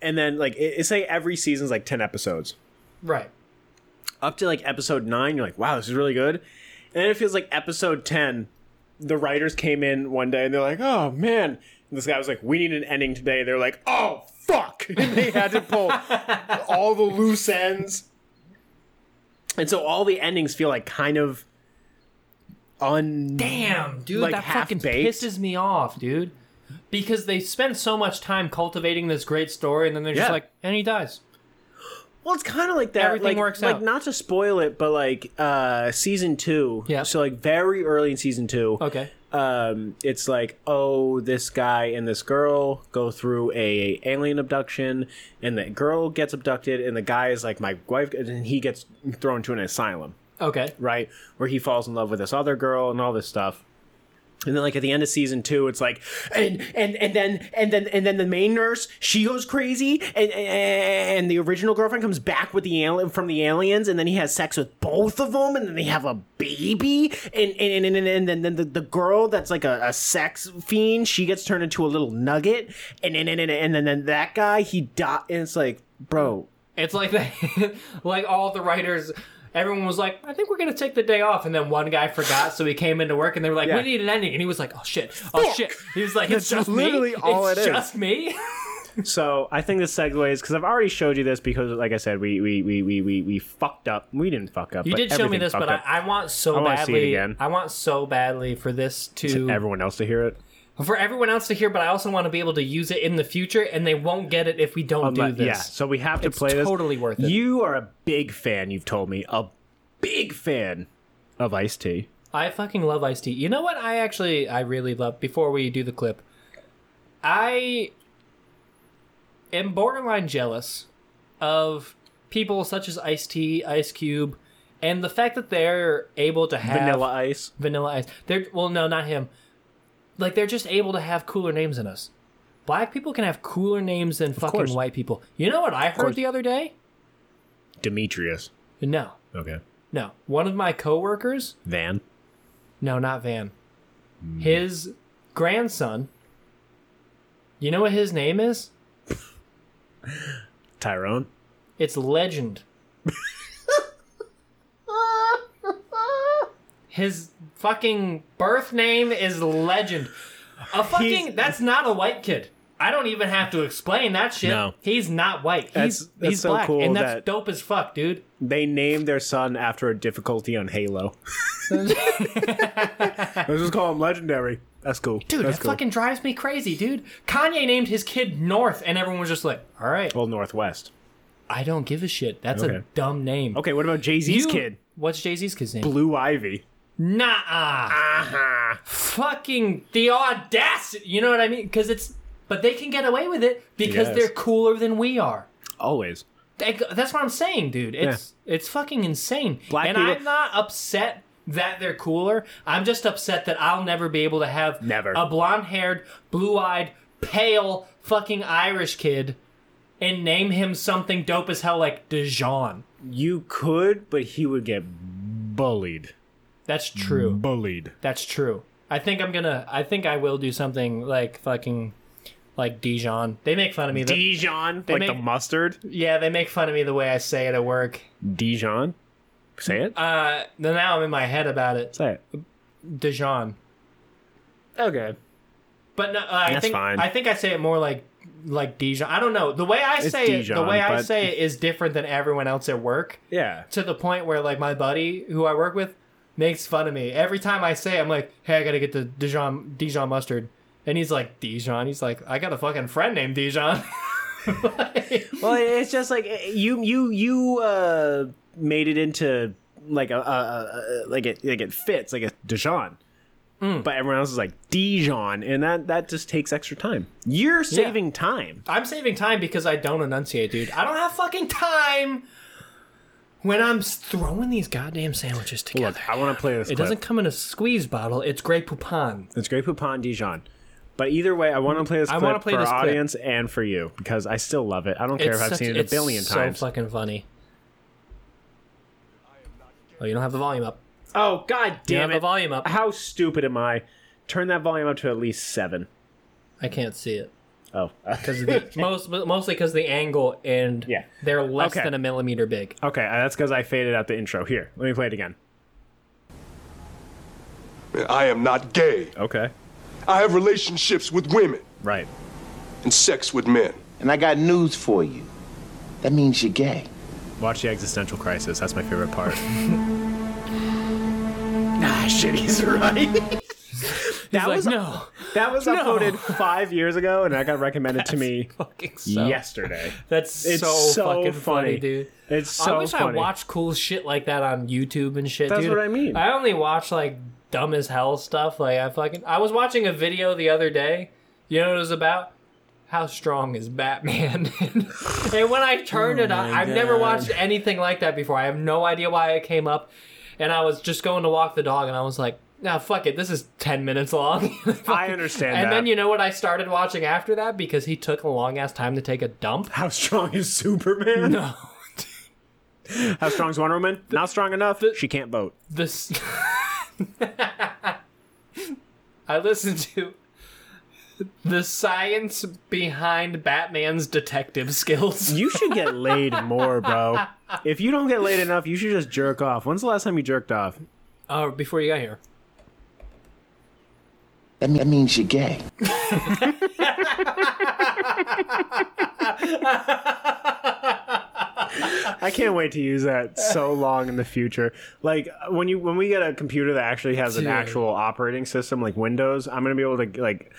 Speaker 2: And then like it, it's like every season's like ten episodes.
Speaker 1: Right.
Speaker 2: Up to like episode nine, you're like, wow, this is really good. And then it feels like episode ten, the writers came in one day and they're like, oh man. And this guy was like, we need an ending today. They're like, oh fuck. And they had to pull all the loose ends. And so all the endings feel like kind of un
Speaker 1: Damn, dude,
Speaker 2: Like
Speaker 1: that fucking
Speaker 2: half-baked?
Speaker 1: pisses me off, dude. Because they spend so much time cultivating this great story, and then they're just
Speaker 2: Yeah.
Speaker 1: like, and he dies.
Speaker 2: Well, it's kind of like that.
Speaker 1: Everything
Speaker 2: like,
Speaker 1: works
Speaker 2: like,
Speaker 1: out.
Speaker 2: Not to spoil it, but like uh season two.
Speaker 1: Yeah.
Speaker 2: So like very early in season two.
Speaker 1: Okay.
Speaker 2: Um, it's like oh, this guy and this girl go through a alien abduction, and the girl gets abducted, and the guy is like my wife, and he gets thrown to an asylum,
Speaker 1: Okay.
Speaker 2: right, where he falls in love with this other girl and all this stuff. And then, like at the end of season two, it's like, and and and then and then and then the main nurse she goes crazy, and and, and the original girlfriend comes back with the alien from the aliens, and then he has sex with both of them, and then they have a baby, and and and and, and then, then the, the girl that's like a, a sex fiend, she gets turned into a little nugget, and and and and, and then, then that guy he died, and it's like, bro,
Speaker 1: It's like the, like all the writers. Everyone was like, "I think we're gonna take the day off," and then one guy forgot, so he came into work, and they were like,
Speaker 2: Yeah.
Speaker 1: "We need an ending," and he was like, "Oh shit! Oh
Speaker 2: Fuck.
Speaker 1: shit!" He was like, "It's
Speaker 2: That's
Speaker 1: just
Speaker 2: literally
Speaker 1: me.
Speaker 2: all
Speaker 1: it's
Speaker 2: it is."
Speaker 1: just me."
Speaker 2: So I think this segues because I've already showed you this because, like I said, we we we we we, we fucked up. We didn't fuck up.
Speaker 1: You did show me this, but I, I want so
Speaker 2: I wanna see it
Speaker 1: badly.
Speaker 2: again.
Speaker 1: I want so badly for this to
Speaker 2: everyone else to hear it.
Speaker 1: for everyone else to hear, but I also want to be able to use it in the future, and they won't get it if we don't do
Speaker 2: But,
Speaker 1: this.
Speaker 2: yeah, so we have to
Speaker 1: It's
Speaker 2: play this.
Speaker 1: totally worth it.
Speaker 2: You are a big fan. You've told me a big fan of Ice Tea.
Speaker 1: I fucking love Ice Tea. You know what? I actually, I really love. Before we do the clip, I am borderline jealous of people such as Ice Tea, Ice Cube, and the fact that they're able to have
Speaker 2: Vanilla Ice.
Speaker 1: Vanilla Ice. They're well, no, not him. Like they're just able to have cooler names than us. Black people can have cooler names than fucking
Speaker 2: course.
Speaker 1: white people. You know what I heard
Speaker 2: course.
Speaker 1: the other day?
Speaker 2: Demetrius.
Speaker 1: No,
Speaker 2: Okay.
Speaker 1: no. One of my coworkers
Speaker 2: Van.
Speaker 1: No, not Van.
Speaker 2: Hmm.
Speaker 1: His grandson. You know what his name is?
Speaker 2: Tyrone.
Speaker 1: It's Legend. his fucking birth name is Legend. A fucking
Speaker 2: He's-
Speaker 1: that's not a white kid. I don't even have to explain that shit.
Speaker 2: No.
Speaker 1: He's not white. He's,
Speaker 2: That's- that's
Speaker 1: he's
Speaker 2: so
Speaker 1: black,
Speaker 2: cool
Speaker 1: and that's
Speaker 2: that-
Speaker 1: dope as fuck, dude.
Speaker 2: They named their son after a difficulty on Halo. Let's just call him legendary. That's cool.
Speaker 1: Dude,
Speaker 2: That's
Speaker 1: that
Speaker 2: cool.
Speaker 1: fucking drives me crazy, dude. Kanye named his kid North, and everyone was just like, "All right,
Speaker 2: well, Northwest.
Speaker 1: I don't give a shit. That's a
Speaker 2: Okay.
Speaker 1: dumb name."
Speaker 2: Okay, what about Jay Z's
Speaker 1: You-
Speaker 2: kid?
Speaker 1: What's Jay Z's kid's name?
Speaker 2: Blue Ivy.
Speaker 1: Nah. Uh-huh. Fucking the audacity. You know what I mean? Because it's. But they can get away with it because
Speaker 2: Yes.
Speaker 1: they're cooler than we are.
Speaker 2: Always.
Speaker 1: They- that's what I'm saying, dude. It's it's fucking insane.
Speaker 2: Black
Speaker 1: and
Speaker 2: people-
Speaker 1: I'm not upset that they're cooler. I'm just upset that I'll never be able to have
Speaker 2: Never.
Speaker 1: a blonde-haired, blue-eyed, pale fucking Irish kid and name him something dope as hell like Dijon.
Speaker 2: You could, but he would get bullied.
Speaker 1: That's true.
Speaker 2: Bullied.
Speaker 1: That's true. I think I'm gonna. I think I will do something like fucking, like Dijon. They make fun of me. The,
Speaker 2: Dijon,
Speaker 1: They
Speaker 2: like
Speaker 1: make-
Speaker 2: the mustard.
Speaker 1: yeah, they make fun of me the way I say it at work.
Speaker 2: Dijon, say it.
Speaker 1: Uh, then now I'm in my head about it.
Speaker 2: say it.
Speaker 1: Dijon,
Speaker 2: Okay,
Speaker 1: but no, I
Speaker 2: That's
Speaker 1: think
Speaker 2: fine.
Speaker 1: I think I say it more like like Dijon. I don't know. The way I
Speaker 2: It's
Speaker 1: say it, the
Speaker 2: Dijon,
Speaker 1: way I
Speaker 2: but-
Speaker 1: say it is different than everyone else at work.
Speaker 2: yeah.
Speaker 1: to the point where like my buddy who I work with makes fun of me every time I say I'm like, hey, I gotta get the Dijon Dijon mustard, and he's like Dijon. He's like, I got a fucking friend named Dijon. Like,
Speaker 2: Well, it's just like eh, you you you uh, made it into like a, a, a, a like it like it fits like a Dijon. But everyone else is like Dijon, and that that just takes extra time. You're saving time.
Speaker 1: I'm saving time because I don't enunciate, dude. I don't have fucking time when I'm s- throwing these goddamn sandwiches together.
Speaker 2: Look, I want to play this.
Speaker 1: it
Speaker 2: clip.
Speaker 1: doesn't come in a squeeze bottle. It's Grey Poupon.
Speaker 2: It's Grey Poupon Dijon. But either way, I want to play this
Speaker 1: I
Speaker 2: clip
Speaker 1: wanna play
Speaker 2: for
Speaker 1: this
Speaker 2: our
Speaker 1: clip.
Speaker 2: audience and for you because I still love it. I don't care
Speaker 1: It's
Speaker 2: if I've
Speaker 1: such-
Speaker 2: seen it a
Speaker 1: it's
Speaker 2: billion
Speaker 1: so
Speaker 2: times.
Speaker 1: fucking funny. Oh, you don't have the volume up.
Speaker 2: oh god
Speaker 1: You have
Speaker 2: damn
Speaker 1: the
Speaker 2: it!
Speaker 1: volume up.
Speaker 2: How stupid am I? Turn that volume up to at least seven.
Speaker 1: I can't see it.
Speaker 2: Oh,
Speaker 1: because most mostly because the angle and
Speaker 2: Yeah.
Speaker 1: they're less
Speaker 2: Okay.
Speaker 1: than a millimeter big.
Speaker 2: okay, uh, that's because I faded out the intro. Here, let me play it again.
Speaker 3: I am not gay.
Speaker 2: Okay,
Speaker 3: I have relationships with women
Speaker 2: right.
Speaker 3: and sex with men.
Speaker 4: And I got news for you. That means you're gay.
Speaker 2: Watch the existential crisis. That's my favorite part.
Speaker 4: Ah, shit, he's right.
Speaker 1: That
Speaker 2: was-
Speaker 1: no
Speaker 2: That was
Speaker 1: No.
Speaker 2: uploaded five years ago, and that got recommended to me
Speaker 1: fucking so.
Speaker 2: yesterday.
Speaker 1: that's
Speaker 2: It's
Speaker 1: so,
Speaker 2: so
Speaker 1: fucking funny,
Speaker 2: funny.
Speaker 1: dude.
Speaker 2: It's so
Speaker 1: I wish I
Speaker 2: funny.
Speaker 1: watched cool shit like that on YouTube and shit.
Speaker 2: That's
Speaker 1: dude.
Speaker 2: what I mean.
Speaker 1: I only watch like dumb as hell stuff. Like I fucking I was watching a video the other day. You know what it was about? How strong is Batman? and when I turned it on, I've never watched anything like that before. I have no idea why it came up. And I was just going to walk the dog, and I was like, "Nah, fuck it. This is ten minutes long."
Speaker 2: I understand
Speaker 1: And
Speaker 2: that.
Speaker 1: then you know what I started watching after that because he took a long ass time to take a dump.
Speaker 2: How strong is Superman?
Speaker 1: No.
Speaker 2: How strong is Wonder Woman? Not strong enough. She can't vote.
Speaker 1: This I listened to the science behind Batman's detective skills.
Speaker 2: You should get laid more, bro. If you don't get laid enough, you should just jerk off. When's the last time you jerked off?
Speaker 1: Uh, before you got here,
Speaker 4: That, mean, that means you're gay.
Speaker 2: I can't wait to use that so long in the future. Like when you when we get a computer that actually has an
Speaker 1: Dude.
Speaker 2: actual operating system like Windows, I'm gonna be able to like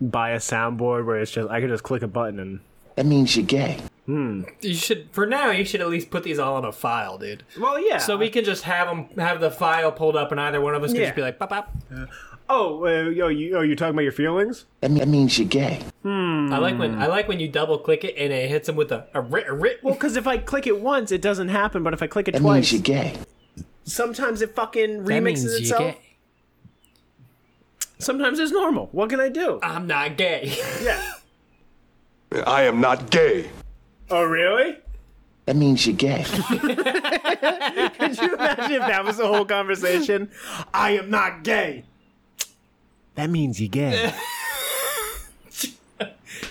Speaker 2: buy a soundboard where it's just I could just click a button and
Speaker 4: That means you're gay.
Speaker 1: you should. For now, you should at least put these all in a file, dude.
Speaker 2: well yeah.
Speaker 1: So we can just have them have the file pulled up, and either one of us can
Speaker 2: Yeah.
Speaker 1: just be like, "Pop, pop."
Speaker 2: oh uh, yo you oh you talking about your feelings?
Speaker 4: That, mean, that means you're gay.
Speaker 1: I like when I like when you double click it and it hits him with a a rit a rit.
Speaker 2: Well, because if I click it once, it doesn't happen. But if I click it
Speaker 4: That means
Speaker 2: twice,
Speaker 4: you're gay.
Speaker 2: sometimes it fucking remixes itself. Sometimes it's normal. What can I do?
Speaker 1: I'm not gay.
Speaker 2: yeah.
Speaker 3: I am not gay.
Speaker 2: Oh really?
Speaker 4: That means you're gay.
Speaker 2: Could you imagine if that was the whole conversation? I am not gay. That means you're gay.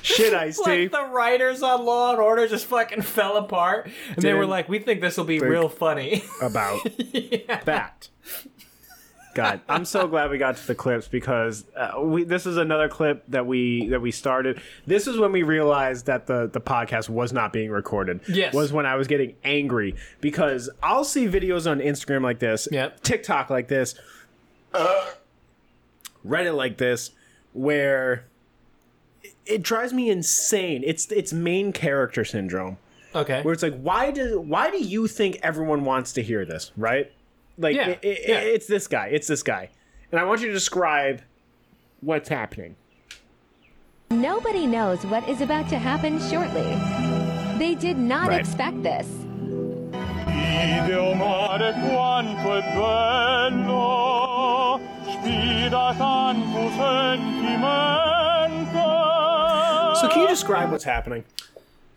Speaker 2: Shit, Ice T.
Speaker 1: like the writers on Law and Order just fucking fell apart, and they
Speaker 2: Dude.
Speaker 1: were like, "We think this will be real funny."
Speaker 2: About that. God, I'm so glad we got to the clips because uh, we, this is another clip that we that we started. This is when we realized that the the podcast was not being recorded.
Speaker 1: Yes.
Speaker 2: was when I was getting angry because I'll see videos on Instagram like this,
Speaker 1: Yep.
Speaker 2: TikTok like this, uh, Reddit like this, where it drives me insane. It's it's main character syndrome
Speaker 1: okay.
Speaker 2: where it's like why do why do you think everyone wants to hear this right like
Speaker 1: Yeah,
Speaker 2: it- it-
Speaker 1: yeah.
Speaker 2: it's this guy it's this guy and i want you to describe what's happening
Speaker 5: Nobody knows what is about to happen shortly. They did not
Speaker 2: Right.
Speaker 5: expect this.
Speaker 2: so can you describe what's happening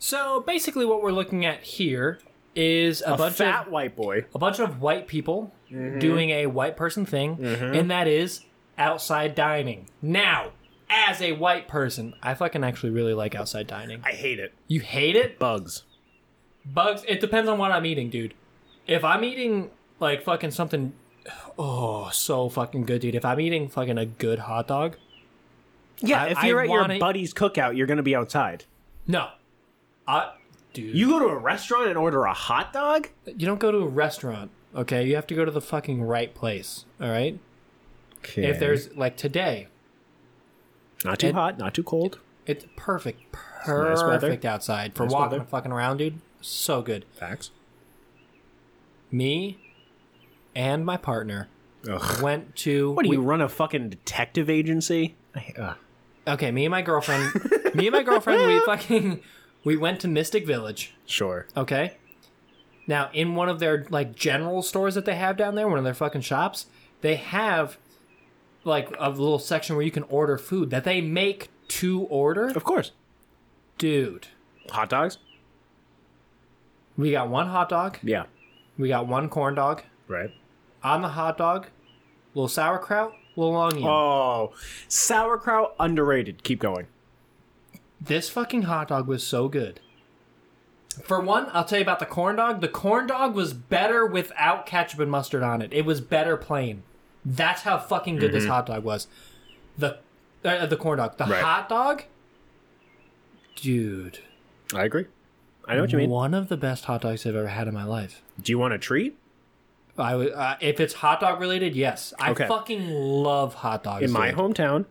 Speaker 1: So basically, what we're looking at here is a,
Speaker 2: a
Speaker 1: bunch
Speaker 2: fat
Speaker 1: of
Speaker 2: white boy
Speaker 1: Mm-hmm. a bunch of white people doing a white person thing, and that is outside dining. Now, as a white person, I fucking actually really like outside dining.
Speaker 2: I hate it.
Speaker 1: You hate it?
Speaker 2: Bugs.
Speaker 1: Bugs. It depends on what I'm eating, dude. If I'm eating like fucking something, oh, so fucking good, dude. If I'm eating fucking a good hot dog,
Speaker 2: Yeah,
Speaker 1: I-
Speaker 2: if you're
Speaker 1: I
Speaker 2: at your
Speaker 1: wanna-
Speaker 2: buddy's cookout, you're going to be outside.
Speaker 1: no, I, dude,
Speaker 2: You go to a restaurant and order a hot dog?
Speaker 1: you don't go to a restaurant, okay? You have to go to the fucking right place, all right? If there's like today,
Speaker 2: not too
Speaker 1: it-
Speaker 2: hot, not too cold.
Speaker 1: it's perfect,
Speaker 2: nice weather.
Speaker 1: perfect outside for
Speaker 2: Nice
Speaker 1: walking
Speaker 2: weather.
Speaker 1: and fucking around, dude. So good.
Speaker 2: Facts.
Speaker 1: Me and my partner
Speaker 2: Ugh.
Speaker 1: went to
Speaker 2: What do
Speaker 1: we-
Speaker 2: you run a fucking detective agency? I, uh,
Speaker 1: Okay, me and my girlfriend, me and my girlfriend, we fucking we went to Mystic Village.
Speaker 2: sure.
Speaker 1: Okay, now in one of their like general stores that they have down there, one of their fucking shops, they have like a little section where you can order food that they make to order.
Speaker 2: Of course.
Speaker 1: Dude,
Speaker 2: Hot dogs?
Speaker 1: we got one hot dog,
Speaker 2: Yeah.
Speaker 1: we got one corn dog.
Speaker 2: Right.
Speaker 1: On the hot dog, little sauerkraut, little onion.
Speaker 2: Oh, sauerkraut underrated. Keep going.
Speaker 1: This fucking hot dog was so good. For one, I'll tell you about the corn dog. The corn dog was better without ketchup and mustard on it. It was better plain. That's how fucking good this hot dog was. The uh, the corn dog, the
Speaker 2: Mm-hmm. Right.
Speaker 1: hot dog, dude.
Speaker 2: I agree. I know what you mean.
Speaker 1: One of the best hot dogs I've ever had in my life.
Speaker 2: Do you want a treat?
Speaker 1: I w- uh, if it's hot dog related, yes. I
Speaker 2: Okay.
Speaker 1: fucking love hot dogs.
Speaker 2: In my
Speaker 1: dude.
Speaker 2: hometown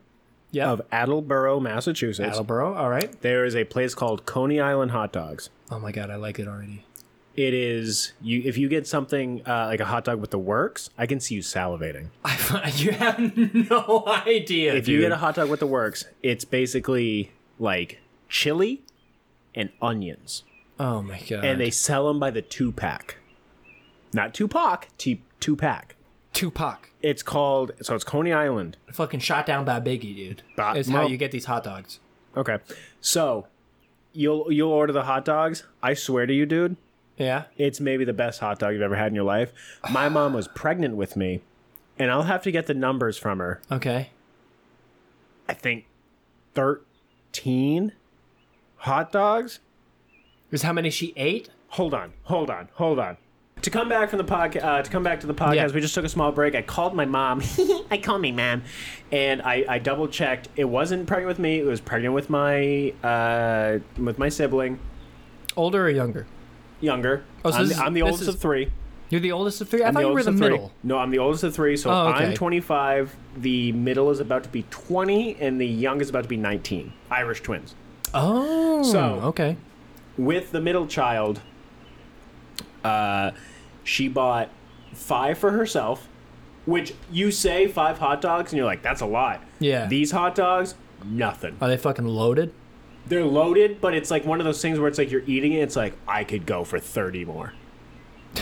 Speaker 1: yeah,
Speaker 2: of Attleboro, Massachusetts,
Speaker 1: Attleboro. All right.
Speaker 2: there is a place called Coney Island Hot Dogs.
Speaker 1: Oh my god, I like it already.
Speaker 2: It is you if you get something uh, like a hot dog with the works, I can see you salivating.
Speaker 1: I, you have no idea.
Speaker 2: if
Speaker 1: dude.
Speaker 2: you get a hot dog with the works, it's basically like chili and onions,
Speaker 1: Oh my god!
Speaker 2: and they sell them by the two pack, not Tupac, t- two pack.
Speaker 1: Tupac
Speaker 2: It's called so it's Coney Island.
Speaker 1: fucking shot down by Biggie, dude.
Speaker 2: Bah,
Speaker 1: is how
Speaker 2: well-
Speaker 1: you get these hot dogs.
Speaker 2: Okay, so you'll you'll order the hot dogs. I swear to you, dude,
Speaker 1: Yeah,
Speaker 2: it's maybe the best hot dog you've ever had in your life. My mom was pregnant with me, and I'll have to get the numbers from her.
Speaker 1: okay.
Speaker 2: I think thirteen hot dogs.
Speaker 1: Is how many she ate?
Speaker 2: hold on, hold on, hold on. To come back from the podcast, uh, to come back to the podcast,
Speaker 1: Yeah.
Speaker 2: we just took a small break. I called my mom. I called me mom, and I, I double checked. It wasn't pregnant with me. It was pregnant with my uh, with my sibling,
Speaker 1: Older or younger?
Speaker 2: younger.
Speaker 1: Oh, so
Speaker 2: I'm,
Speaker 1: this
Speaker 2: the-
Speaker 1: is-
Speaker 2: I'm the
Speaker 1: this
Speaker 2: oldest
Speaker 1: is-
Speaker 2: of three.
Speaker 1: You're the oldest of three. I
Speaker 2: I'm
Speaker 1: thought you were
Speaker 2: oldest
Speaker 1: the
Speaker 2: of three.
Speaker 1: middle.
Speaker 2: No, I'm the oldest of three. So
Speaker 1: Oh, okay.
Speaker 2: I'm 25. The middle is about to be 20, and the young is about to be 19. Irish twins.
Speaker 1: Oh,
Speaker 2: So-
Speaker 1: okay.
Speaker 2: with the middle child, uh, she bought five for herself, which you say five hot dogs, and you're like, that's a lot.
Speaker 1: Yeah.
Speaker 2: These hot dogs, nothing.
Speaker 1: Are they fucking loaded?
Speaker 2: They're loaded, but it's like one of those things where it's like you're eating it, it's like, I could go for 30 more.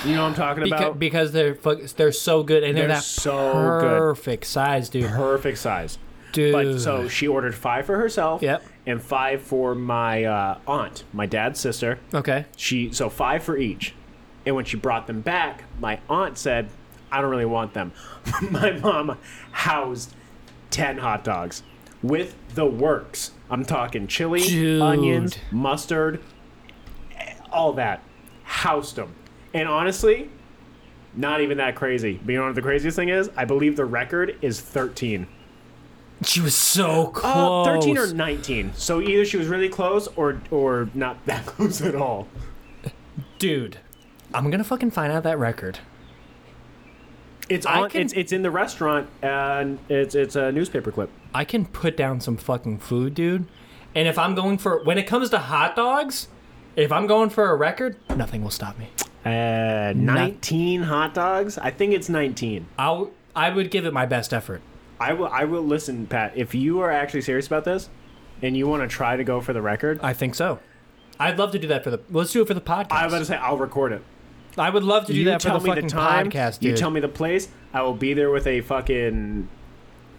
Speaker 2: You know what I'm talking
Speaker 1: Beca-
Speaker 2: about?
Speaker 1: because they're fuck- they're so good and they're,
Speaker 2: They're
Speaker 1: that
Speaker 2: so good.
Speaker 1: perfect size, dude.
Speaker 2: Perfect size.
Speaker 1: dude.
Speaker 2: But so she ordered five for herself
Speaker 1: Yep.
Speaker 2: and five for my uh, aunt, my dad's sister.
Speaker 1: okay.
Speaker 2: She so five for each. And when she brought them back, my aunt said, "I don't really want them." my mom housed 10 hot dogs with the works. I'm talking chili,
Speaker 1: Dude.
Speaker 2: onions, mustard, eh, all that. Housed them. And honestly, not even that crazy. But you know what the craziest thing is? I believe the record is 13.
Speaker 1: She was so
Speaker 2: Uh,
Speaker 1: close.
Speaker 2: 13 or 19. So either she was really close or or not that close at all.
Speaker 1: dude. I'm gonna fucking find out that record.
Speaker 2: It's
Speaker 1: I
Speaker 2: on,
Speaker 1: can-
Speaker 2: it's it's in the restaurant and it's it's a newspaper clip.
Speaker 1: I can put down some fucking food, dude. And if I'm going for when it comes to hot dogs, if I'm going for a record, nothing will stop me.
Speaker 2: Uh, nineteen hot dogs. I think it's nineteen.
Speaker 1: I'll I would give it my best effort.
Speaker 2: I will I will listen, Pat. If you are actually serious about this, and you want to try to go for the record,
Speaker 1: I think so. I'd love to do that for the let's do it for the podcast.
Speaker 2: I was about to say I'll record it.
Speaker 1: I would love to do
Speaker 2: you
Speaker 1: that for
Speaker 2: tell
Speaker 1: the
Speaker 2: me
Speaker 1: fucking
Speaker 2: the time.
Speaker 1: podcast, dude.
Speaker 2: you tell me the place. I will be there with a fucking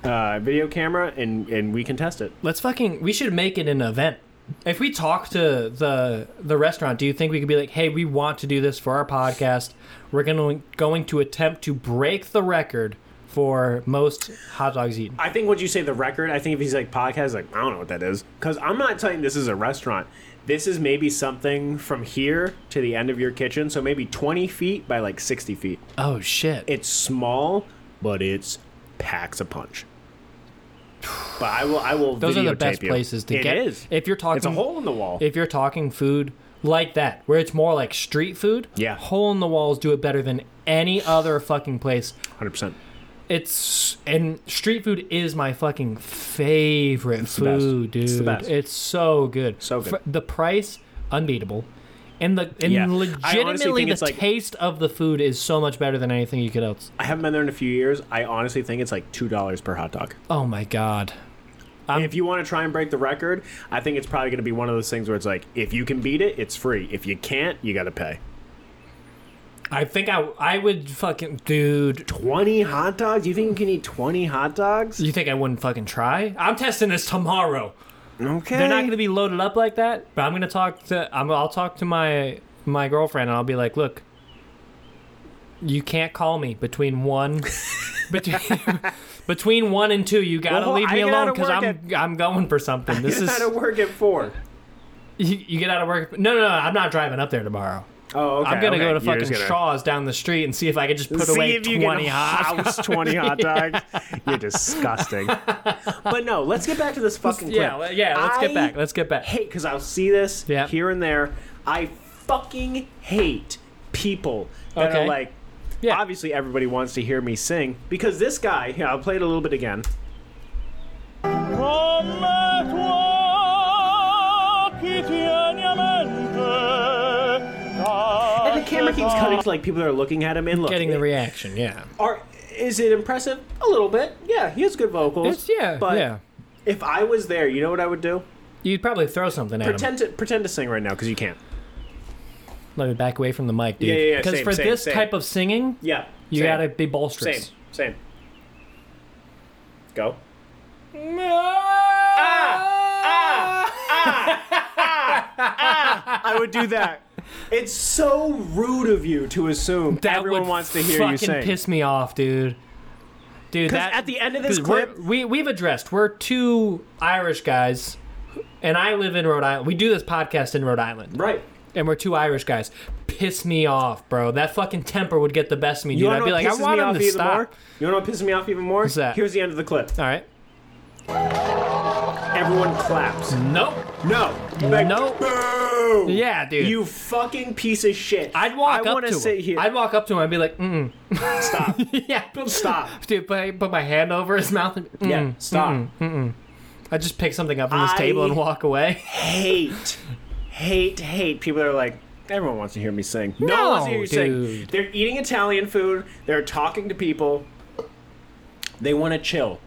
Speaker 2: uh, video camera, and and we can test it.
Speaker 1: Let's fucking we should make it an event. If we talk to the the restaurant, do you think we could be like, "Hey, we want to do this for our podcast. We're going to going to attempt to break the record for most hot dogs eaten.
Speaker 2: I think what you say the record. I think if he's like podcast, like I don't know what that is because I'm not telling you this is a restaurant. This is maybe something from here to the end of your kitchen, so maybe 20 feet by like 60 feet.
Speaker 1: Oh shit!
Speaker 2: It's small, but it's packs a punch. But I will. I will.
Speaker 1: Those are the
Speaker 2: videotape
Speaker 1: best
Speaker 2: you.
Speaker 1: places to
Speaker 2: It
Speaker 1: get.
Speaker 2: is.
Speaker 1: If you're talking,
Speaker 2: it's a hole in the wall.
Speaker 1: If you're talking food like that, where it's more like street food,
Speaker 2: Yeah.
Speaker 1: hole in the walls do it better than any other fucking place.
Speaker 2: Hundred percent.
Speaker 1: It's and street food is my fucking favorite
Speaker 2: the best.
Speaker 1: food, dude.
Speaker 2: It's the best.
Speaker 1: It's so good,
Speaker 2: So good.
Speaker 1: Fr- the price unbeatable, and the and
Speaker 2: Yeah. I honestly
Speaker 1: legitimately
Speaker 2: think
Speaker 1: the
Speaker 2: it's like-
Speaker 1: taste of the food is so much better than anything you could else.
Speaker 2: I haven't been there in a few years. I honestly think it's like two dollars per hot dog.
Speaker 1: Oh my god,
Speaker 2: And if you want to try and break the record, I think it's probably going to be one of those things where it's like, if you can beat it, it's free. If you can't, you got to pay.
Speaker 1: I think I I would fucking dude.
Speaker 2: Twenty hot dogs? You think you can eat twenty hot dogs?
Speaker 1: You think I wouldn't fucking try? I'm testing this tomorrow.
Speaker 2: Okay.
Speaker 1: They're not going to be loaded up like that. But I'm going to talk to I'm, I'll talk to my my girlfriend and I'll be like, look, you can't call me between one between, between one and two. You got to
Speaker 2: Well,
Speaker 1: leave
Speaker 2: I
Speaker 1: me
Speaker 2: get out
Speaker 1: alone
Speaker 2: of
Speaker 1: because
Speaker 2: work
Speaker 1: I'm I'm going for something. This
Speaker 2: This
Speaker 1: is
Speaker 2: is how to work at four.
Speaker 1: you, you get out of work. No, no, no. I'm not driving up there tomorrow.
Speaker 2: Oh, okay.
Speaker 1: I'm gonna
Speaker 2: okay.
Speaker 1: go to
Speaker 2: You're
Speaker 1: fucking
Speaker 2: just gonna
Speaker 1: Shaw's down the street and see if I can just put
Speaker 2: See
Speaker 1: away
Speaker 2: if you
Speaker 1: twenty
Speaker 2: can
Speaker 1: hot.
Speaker 2: house twenty hot dogs. You're disgusting. but no, let's get back to this fucking.
Speaker 1: Yeah,
Speaker 2: clip.
Speaker 1: le- yeah. Let's
Speaker 2: I
Speaker 1: get back. Let's get back.
Speaker 2: hate because I'll see this
Speaker 1: Yeah.
Speaker 2: here and there. I fucking hate people that
Speaker 1: Okay.
Speaker 2: are like.
Speaker 1: Yeah.
Speaker 2: Obviously, everybody wants to hear me sing because this guy. Here, I'll play it a little bit again. And the camera keeps cutting to like people that are looking at him and look.
Speaker 1: Getting the reaction. Yeah.
Speaker 2: are is it impressive? A little bit. Yeah, he has good vocals.
Speaker 1: It's yeah.
Speaker 2: but
Speaker 1: yeah.
Speaker 2: if I was there, you know what I would do?
Speaker 1: You'd probably throw something at him.
Speaker 2: Pretend to pretend to sing right now because you can't.
Speaker 1: Let me back away from the mic, dude.
Speaker 2: Yeah, yeah, yeah,
Speaker 1: Because
Speaker 2: same,
Speaker 1: for
Speaker 2: same,
Speaker 1: this
Speaker 2: same.
Speaker 1: type of singing,
Speaker 2: Yeah,
Speaker 1: you
Speaker 2: same.
Speaker 1: gotta be bolsterous.
Speaker 2: same same. Go. Ah! I would do that. It's so rude of you to assume
Speaker 1: That
Speaker 2: everyone
Speaker 1: would
Speaker 2: wants to hear
Speaker 1: fucking
Speaker 2: you sing.
Speaker 1: piss me off, dude. Dude,
Speaker 2: 'Cause
Speaker 1: that
Speaker 2: at the end of this
Speaker 1: 'cause we're-
Speaker 2: clip-
Speaker 1: we we've addressed we're two Irish guys, and I live in Rhode Island. We do this podcast in Rhode Island,
Speaker 2: right.
Speaker 1: and we're two Irish guys. Piss me off, bro. That fucking temper would get the best of me, dude. I'd
Speaker 2: wanna
Speaker 1: be
Speaker 2: know what
Speaker 1: like, I
Speaker 2: pisses
Speaker 1: want
Speaker 2: me
Speaker 1: him
Speaker 2: off
Speaker 1: to
Speaker 2: even
Speaker 1: stop.
Speaker 2: More? You know what pisses me off even more?
Speaker 1: What's that?
Speaker 2: Here's the end of the clip.
Speaker 1: All right.
Speaker 2: Everyone claps.
Speaker 1: Nope.
Speaker 2: No.
Speaker 1: Nope.
Speaker 2: Boo!
Speaker 1: Yeah, dude.
Speaker 2: You fucking piece of shit.
Speaker 1: I'd walk
Speaker 2: I
Speaker 1: up
Speaker 2: wanna
Speaker 1: to
Speaker 2: sit
Speaker 1: him.
Speaker 2: here.
Speaker 1: I'd walk up to him. I'd be like, mm.
Speaker 2: stop.
Speaker 1: yeah,
Speaker 2: Stop.
Speaker 1: Dude, put, I put my hand over his mouth and mm.
Speaker 2: Yeah. Stop.
Speaker 1: I just pick something up from this
Speaker 2: I-
Speaker 1: table and walk away.
Speaker 2: Hate. Hate, hate. People that are like, everyone wants to hear me sing. No, one wants to hear you sing.
Speaker 1: dude.
Speaker 2: They're eating Italian food. They're talking to people. They want to chill.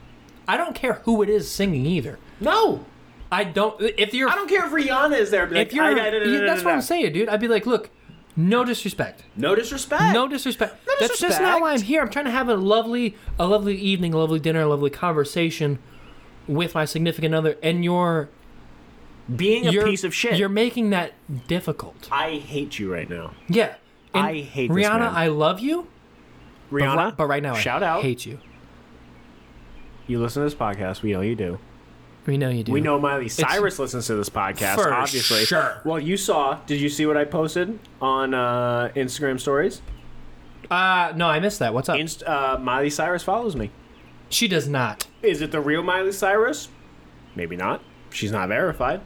Speaker 1: I don't care who it is singing either.
Speaker 2: No.
Speaker 1: I don't. If you're,
Speaker 2: I don't care if Rihanna is there. I'd be
Speaker 1: if
Speaker 2: like,
Speaker 1: you're,
Speaker 2: "I- I- I- I- I-
Speaker 1: yeah,
Speaker 2: I-
Speaker 1: that's
Speaker 2: I-
Speaker 1: what
Speaker 2: I-"
Speaker 1: I'm saying, dude. I'd be like, look, no disrespect,
Speaker 2: No disrespect.
Speaker 1: no disrespect. that's just
Speaker 2: disrespect.
Speaker 1: not why I'm here. I'm trying to have a lovely, a lovely evening, a lovely dinner, a lovely conversation with my significant other, and you're,
Speaker 2: Being a
Speaker 1: you're
Speaker 2: piece of shit.
Speaker 1: You're making that difficult.
Speaker 2: I hate you right now.
Speaker 1: Yeah. And
Speaker 2: I hate
Speaker 1: Rihanna.
Speaker 2: this man.
Speaker 1: I love you, but ri-
Speaker 2: Rihanna,
Speaker 1: but, right now
Speaker 2: shout
Speaker 1: I
Speaker 2: out.
Speaker 1: hate you.
Speaker 2: You listen to this podcast. We know you do.
Speaker 1: We know you do.
Speaker 2: We know Miley Cyrus listens to this podcast,
Speaker 1: For
Speaker 2: obviously.
Speaker 1: sure.
Speaker 2: Well, you saw. Did you see what I posted on uh, Instagram stories?
Speaker 1: Uh, no, I missed that. What's up?
Speaker 2: Inst- uh, Miley Cyrus follows me.
Speaker 1: she does not.
Speaker 2: Is it the real Miley Cyrus? Maybe not. She's not verified.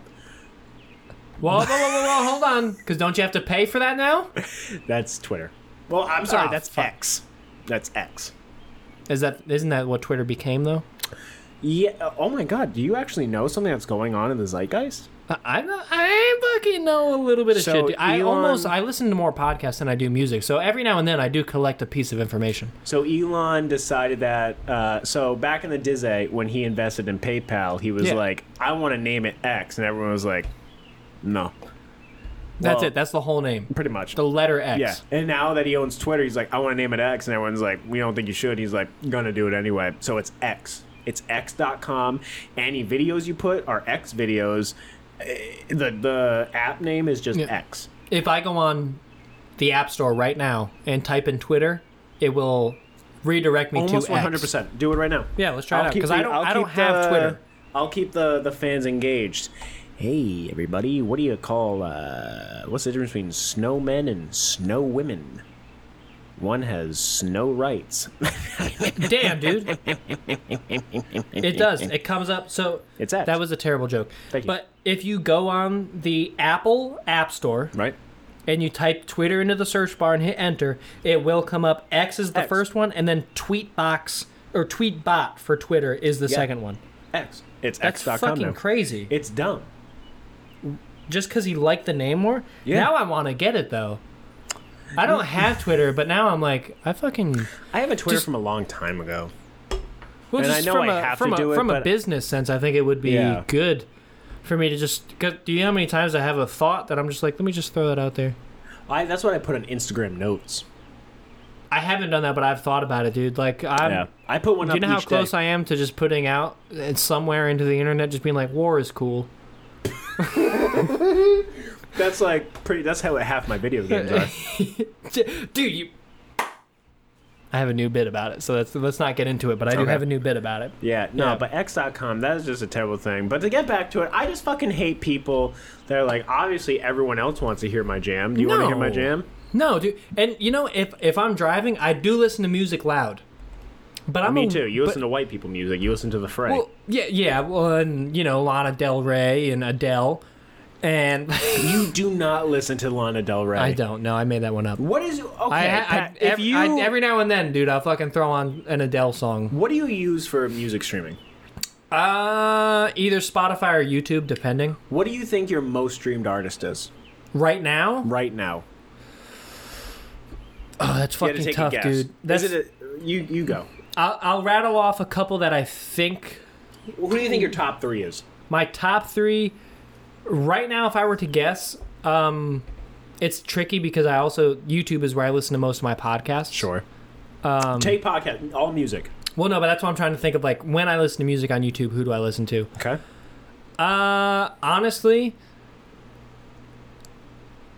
Speaker 1: Whoa, whoa, whoa, whoa, whoa hold on. Because don't you have to pay for that now?
Speaker 2: That's Twitter. Well, I'm sorry.
Speaker 1: Oh,
Speaker 2: that's
Speaker 1: fuck.
Speaker 2: X. That's X.
Speaker 1: Is that isn't that what Twitter became though?
Speaker 2: Yeah. uh, Oh my God. Do you actually know something that's going on in the zeitgeist?
Speaker 1: I- Uh, I know, I fucking know a little bit of
Speaker 2: So,
Speaker 1: shit. dude. I
Speaker 2: Elon-
Speaker 1: almost I listen to more podcasts than I do music, so every now and then I do collect a piece of information.
Speaker 2: So Elon decided that. Uh, so back in the Dizay, when he invested in PayPal, he was
Speaker 1: Yeah.
Speaker 2: like, "I want to name it X," and everyone was like, "No."
Speaker 1: That's
Speaker 2: Well-
Speaker 1: it. That's the whole name.
Speaker 2: Pretty much.
Speaker 1: The letter X.
Speaker 2: yeah. And now that he owns Twitter, he's like, I want to name it X. And everyone's like, we don't think you should. He's like, gonna do it anyway. So it's X. It's X.com. Any videos you put are X videos. Eh, The the app name is just
Speaker 1: Yeah.
Speaker 2: X.
Speaker 1: If I go on the App Store right now and type in Twitter, it will redirect me
Speaker 2: Almost
Speaker 1: to
Speaker 2: one hundred
Speaker 1: 100%.
Speaker 2: percent. Do it right now.
Speaker 1: Yeah, let's try it
Speaker 2: I'll
Speaker 1: out,
Speaker 2: keep
Speaker 1: 'cause I
Speaker 2: the-
Speaker 1: don't-
Speaker 2: I'll
Speaker 1: I don't
Speaker 2: keep
Speaker 1: have
Speaker 2: the-
Speaker 1: Twitter.
Speaker 2: I'll keep the the fans engaged. Hey everybody, what do you call uh what's the difference between snowmen and snow women? One has snow rights.
Speaker 1: Damn, dude. it does. It comes up. So
Speaker 2: It's apps.
Speaker 1: that was a terrible joke.
Speaker 2: Thank you.
Speaker 1: But if you go on the Apple App Store
Speaker 2: right?
Speaker 1: and you type Twitter into the search bar and hit enter, it will come up. X is the
Speaker 2: X.
Speaker 1: first one, and then Tweetbox or Tweetbot for Twitter is the second one.
Speaker 2: X. It's
Speaker 1: That's
Speaker 2: X.com
Speaker 1: fucking
Speaker 2: now.
Speaker 1: crazy.
Speaker 2: It's dumb.
Speaker 1: Just because he liked the name more.
Speaker 2: Yeah.
Speaker 1: Now I want to get it though. I don't have Twitter, but now I'm like, I fucking.
Speaker 2: I have a Twitter
Speaker 1: Just-
Speaker 2: from a long time ago.
Speaker 1: Well,
Speaker 2: And I
Speaker 1: just
Speaker 2: know
Speaker 1: from
Speaker 2: I
Speaker 1: a-
Speaker 2: have
Speaker 1: from
Speaker 2: to
Speaker 1: a,
Speaker 2: do it,
Speaker 1: from a
Speaker 2: but-
Speaker 1: business sense, I think it would be
Speaker 2: Yeah.
Speaker 1: good for me to just. 'cause Do you know how many times I have a thought that I'm just like, let me just throw that out there.
Speaker 2: I that's what I put on Instagram notes.
Speaker 1: I haven't done that, but I've thought about it, dude. Like, I'm.
Speaker 2: yeah. Um, I put one
Speaker 1: Do
Speaker 2: up
Speaker 1: you know how
Speaker 2: each
Speaker 1: close
Speaker 2: day.
Speaker 1: I am to just putting out it's somewhere into the internet, just being like, "War is cool."
Speaker 2: That's like pretty that's how half my video games are.
Speaker 1: Dude, you. I have a new bit about it, so let's let's not get into it. But I do
Speaker 2: Okay.
Speaker 1: have a new bit about it.
Speaker 2: Yeah, no,
Speaker 1: Yeah.
Speaker 2: but X.com, that is just a terrible thing. But to get back to it, I just fucking hate people that are like, obviously everyone else wants to hear my jam. Do you want to hear my
Speaker 1: No.
Speaker 2: jam?
Speaker 1: No, dude, and you know, if if I'm driving, I do listen to music loud. But I'm
Speaker 2: Me
Speaker 1: a-
Speaker 2: too. You
Speaker 1: but-
Speaker 2: listen to white people music. You listen to The Fray.
Speaker 1: Well, yeah, yeah. Well, and you know Lana Del Rey and Adele, and
Speaker 2: you do not listen to Lana Del Rey.
Speaker 1: I don't know. I made that one up.
Speaker 2: What is okay?
Speaker 1: I, I,
Speaker 2: Pat,
Speaker 1: I-
Speaker 2: if
Speaker 1: ev-
Speaker 2: you
Speaker 1: I- every now and then, dude, I'll fucking throw on an Adele song.
Speaker 2: what do you use for music streaming?
Speaker 1: Uh, either Spotify or YouTube, depending.
Speaker 2: What do you think your most streamed artist is
Speaker 1: Right now,
Speaker 2: right now?
Speaker 1: oh, that's
Speaker 2: You had to
Speaker 1: fucking
Speaker 2: take
Speaker 1: tough,
Speaker 2: a guess.
Speaker 1: dude. That's
Speaker 2: Is it a, you? You go.
Speaker 1: I'll, I'll rattle off a couple that I think
Speaker 2: Who do you think your top three is?
Speaker 1: my top three right now. If I were to guess, um, it's tricky because I also YouTube is where I listen to most of my podcasts.
Speaker 2: Um, Take podcast, all music.
Speaker 1: Well, no, but that's what I'm trying to think of. Like when I listen to music on YouTube, who do I listen to?
Speaker 2: Okay.
Speaker 1: Uh, honestly,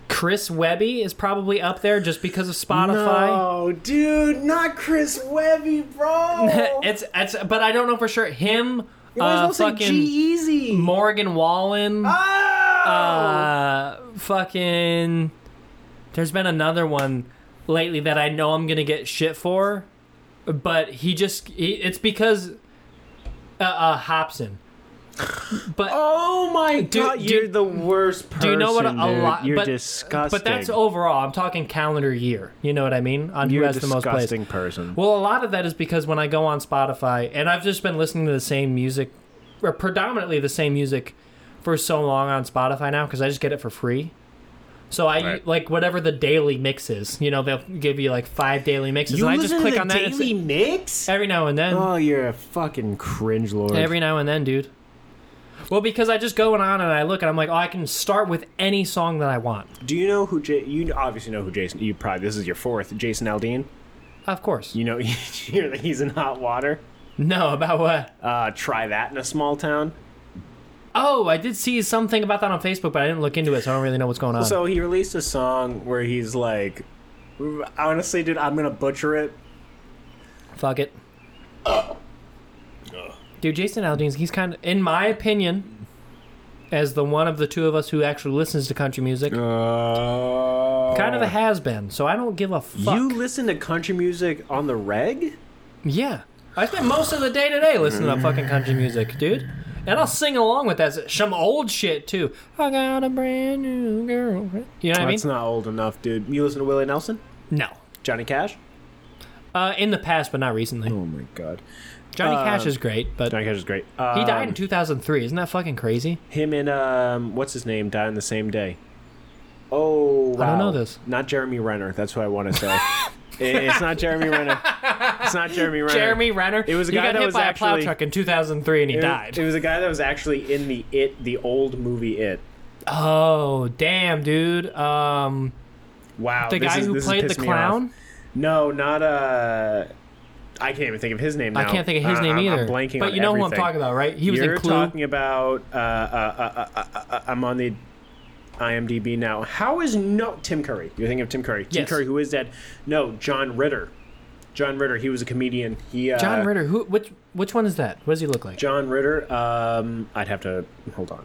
Speaker 1: Chris Webby is probably up there just because of Spotify.
Speaker 2: No, dude, not Chris Webby, bro.
Speaker 1: it's it's, but I don't know for sure. Him, uh, fucking
Speaker 2: Easy.
Speaker 1: Morgan Wallen,
Speaker 2: E. oh!
Speaker 1: uh, fucking. There's been another one lately that I know I'm gonna get shit for, but he just he, it's because uh, uh Hobson. But
Speaker 2: oh my
Speaker 1: Do-
Speaker 2: god,
Speaker 1: do-
Speaker 2: you're the worst person.
Speaker 1: Do you know what a
Speaker 2: dude.
Speaker 1: lot?
Speaker 2: You're
Speaker 1: but,
Speaker 2: disgusting.
Speaker 1: But that's overall. I'm talking calendar year. You know what I mean? On who
Speaker 2: You're a
Speaker 1: has the most plays.
Speaker 2: disgusting person.
Speaker 1: Well, a lot of that is because when I go on Spotify and I've just been listening to the same music, or predominantly the same music, for so long on Spotify now because I just get it for free. So I
Speaker 2: Right.
Speaker 1: like whatever the daily mix is. You know, they'll give you like five daily mixes,
Speaker 2: you
Speaker 1: and I
Speaker 2: listen
Speaker 1: just click
Speaker 2: to the
Speaker 1: on that and it's-
Speaker 2: Daily Mix?
Speaker 1: every now and then.
Speaker 2: Oh, you're a fucking cringe lord.
Speaker 1: Every now and then, dude. Well, because I just go on and I look and I'm like, oh, I can start with any song that I want.
Speaker 2: do you know who J- you obviously know who Jason? You probably this is your fourth Jason Aldean.
Speaker 1: Of course.
Speaker 2: You know you hear that he's in hot water.
Speaker 1: No, about what?
Speaker 2: Uh, try that in a small town.
Speaker 1: Oh, I did see something about that on Facebook, but I didn't look into it, so I don't really know what's going on.
Speaker 2: So he released a song where he's like, honestly, dude, I'm gonna butcher it.
Speaker 1: Fuck it. Dude, Jason Aldean's, he's kind of, in my opinion, as the one of the two of us who actually listens to country music,
Speaker 2: Uh,
Speaker 1: kind of a has been, so I don't give a fuck.
Speaker 2: You listen to country music on the reg?
Speaker 1: yeah. I spent most of the day today listening to fucking country music, dude. And I'll sing along with that. Some old shit, too. I got a brand new girl. You know what I mean?
Speaker 2: That's not old enough, dude. You listen to Willie Nelson,
Speaker 1: no.
Speaker 2: Johnny Cash.
Speaker 1: Uh, in the past, but not recently.
Speaker 2: Oh my god,
Speaker 1: Johnny Cash
Speaker 2: Uh,
Speaker 1: is great, but
Speaker 2: Johnny Cash is great.
Speaker 1: He
Speaker 2: Um,
Speaker 1: died in 2003. Isn't that fucking crazy?
Speaker 2: Him and um, what's his name died on the same day. Oh, wow.
Speaker 1: know this.
Speaker 2: Not Jeremy Renner. That's what I want to say. It- it's not Jeremy Renner. It's not Jeremy Renner.
Speaker 1: Jeremy Renner.
Speaker 2: It was a
Speaker 1: he
Speaker 2: guy
Speaker 1: got
Speaker 2: that
Speaker 1: hit
Speaker 2: was
Speaker 1: by a plow
Speaker 2: actually-
Speaker 1: truck in 2003 and he
Speaker 2: It was-
Speaker 1: died.
Speaker 2: It was a guy that was actually in the It, the old movie It.
Speaker 1: oh, damn, dude. Um,
Speaker 2: Wow.
Speaker 1: the
Speaker 2: Oh, this
Speaker 1: guy
Speaker 2: is-
Speaker 1: who
Speaker 2: this is
Speaker 1: played the
Speaker 2: pissing me off.
Speaker 1: clown.
Speaker 2: No, not uh. I can't even think of his name. Now.
Speaker 1: I can't think of his
Speaker 2: Uh,
Speaker 1: name
Speaker 2: I'm-
Speaker 1: either.
Speaker 2: I'm blanking
Speaker 1: but
Speaker 2: on
Speaker 1: you know who I'm
Speaker 2: everything.
Speaker 1: talking about, right? He was
Speaker 2: You're
Speaker 1: in Clue.
Speaker 2: talking about. Uh, uh, uh, uh, uh, I'm on the IMDb now. How is no Tim Curry? You're thinking of Tim Curry. Tim
Speaker 1: Yes.
Speaker 2: Curry, who is dead. No, John Ritter. John Ritter. He was a comedian. He uh,
Speaker 1: John Ritter. Who? Which? Which one is that? What does he look like?
Speaker 2: John Ritter. Um, I'd have to hold on.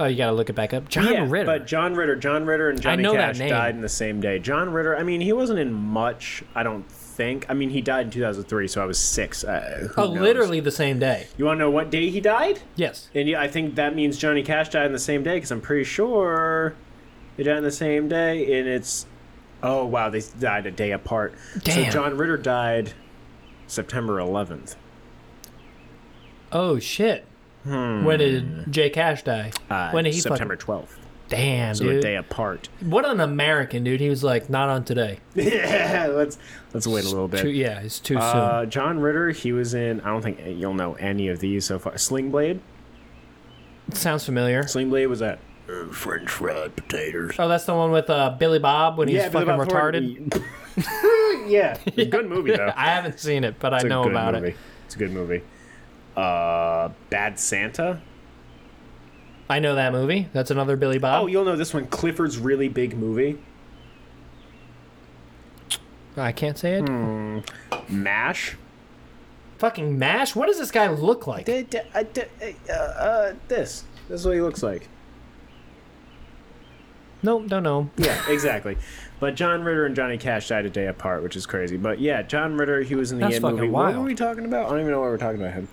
Speaker 1: oh, you gotta look it back up. John
Speaker 2: yeah,
Speaker 1: Ritter.
Speaker 2: but John Ritter, John Ritter, and Johnny
Speaker 1: know that
Speaker 2: Cash
Speaker 1: name.
Speaker 2: died in the same day. John Ritter. I mean, he wasn't in much. I don't think. I mean, he died in 2003, so I was six. Uh, who
Speaker 1: oh,
Speaker 2: knows?
Speaker 1: literally the same day.
Speaker 2: You want to know what day he died?
Speaker 1: Yes.
Speaker 2: And yeah, I think that means Johnny Cash died on the same day because I'm pretty sure they died on the same day. And it's oh wow, they died a day apart. So
Speaker 1: Damn.
Speaker 2: John Ritter died September 11th.
Speaker 1: Oh shit. When did Jay Cash die?
Speaker 2: Hmm. Uh,
Speaker 1: when did he
Speaker 2: September
Speaker 1: fucking?
Speaker 2: 12th.
Speaker 1: Damn,
Speaker 2: So a
Speaker 1: dude.
Speaker 2: day apart.
Speaker 1: What an American dude. He was like, not on today.
Speaker 2: yeah, let's let's wait a little bit.
Speaker 1: Too, yeah, it's too
Speaker 2: Uh, John Ritter, he was in. I don't think you'll know any of these so far. Sling Blade.
Speaker 1: soon. Sounds familiar.
Speaker 2: Sling Blade was that.
Speaker 6: French fried potatoes.
Speaker 1: Oh, that's the one with uh, Billy Bob when he's fucking
Speaker 2: Billy Bob
Speaker 1: retarded.
Speaker 2: Thornton. yeah, good movie though.
Speaker 1: I haven't seen it, but I
Speaker 2: It's a
Speaker 1: know
Speaker 2: good
Speaker 1: about
Speaker 2: movie.
Speaker 1: it.
Speaker 2: It's a good movie. Uh, Bad Santa.
Speaker 1: I know that movie. That's another Billy
Speaker 2: Oh,
Speaker 1: Bob.
Speaker 2: you'll know this one. Clifford's really big movie.
Speaker 1: I can't say it.
Speaker 2: Hmm. Mash.
Speaker 1: Fucking Mash. What does this guy look like?
Speaker 2: D- d- uh, d- uh, uh, this. This is what he looks like.
Speaker 1: Nope, don't know.
Speaker 2: Yeah, exactly. But John Ritter and Johnny Cash died a day apart, which is crazy. But yeah, John Ritter, he was in the
Speaker 1: That's
Speaker 2: end
Speaker 1: fucking
Speaker 2: movie. What
Speaker 1: wild.
Speaker 2: were we talking about? I don't even know what we're talking about him.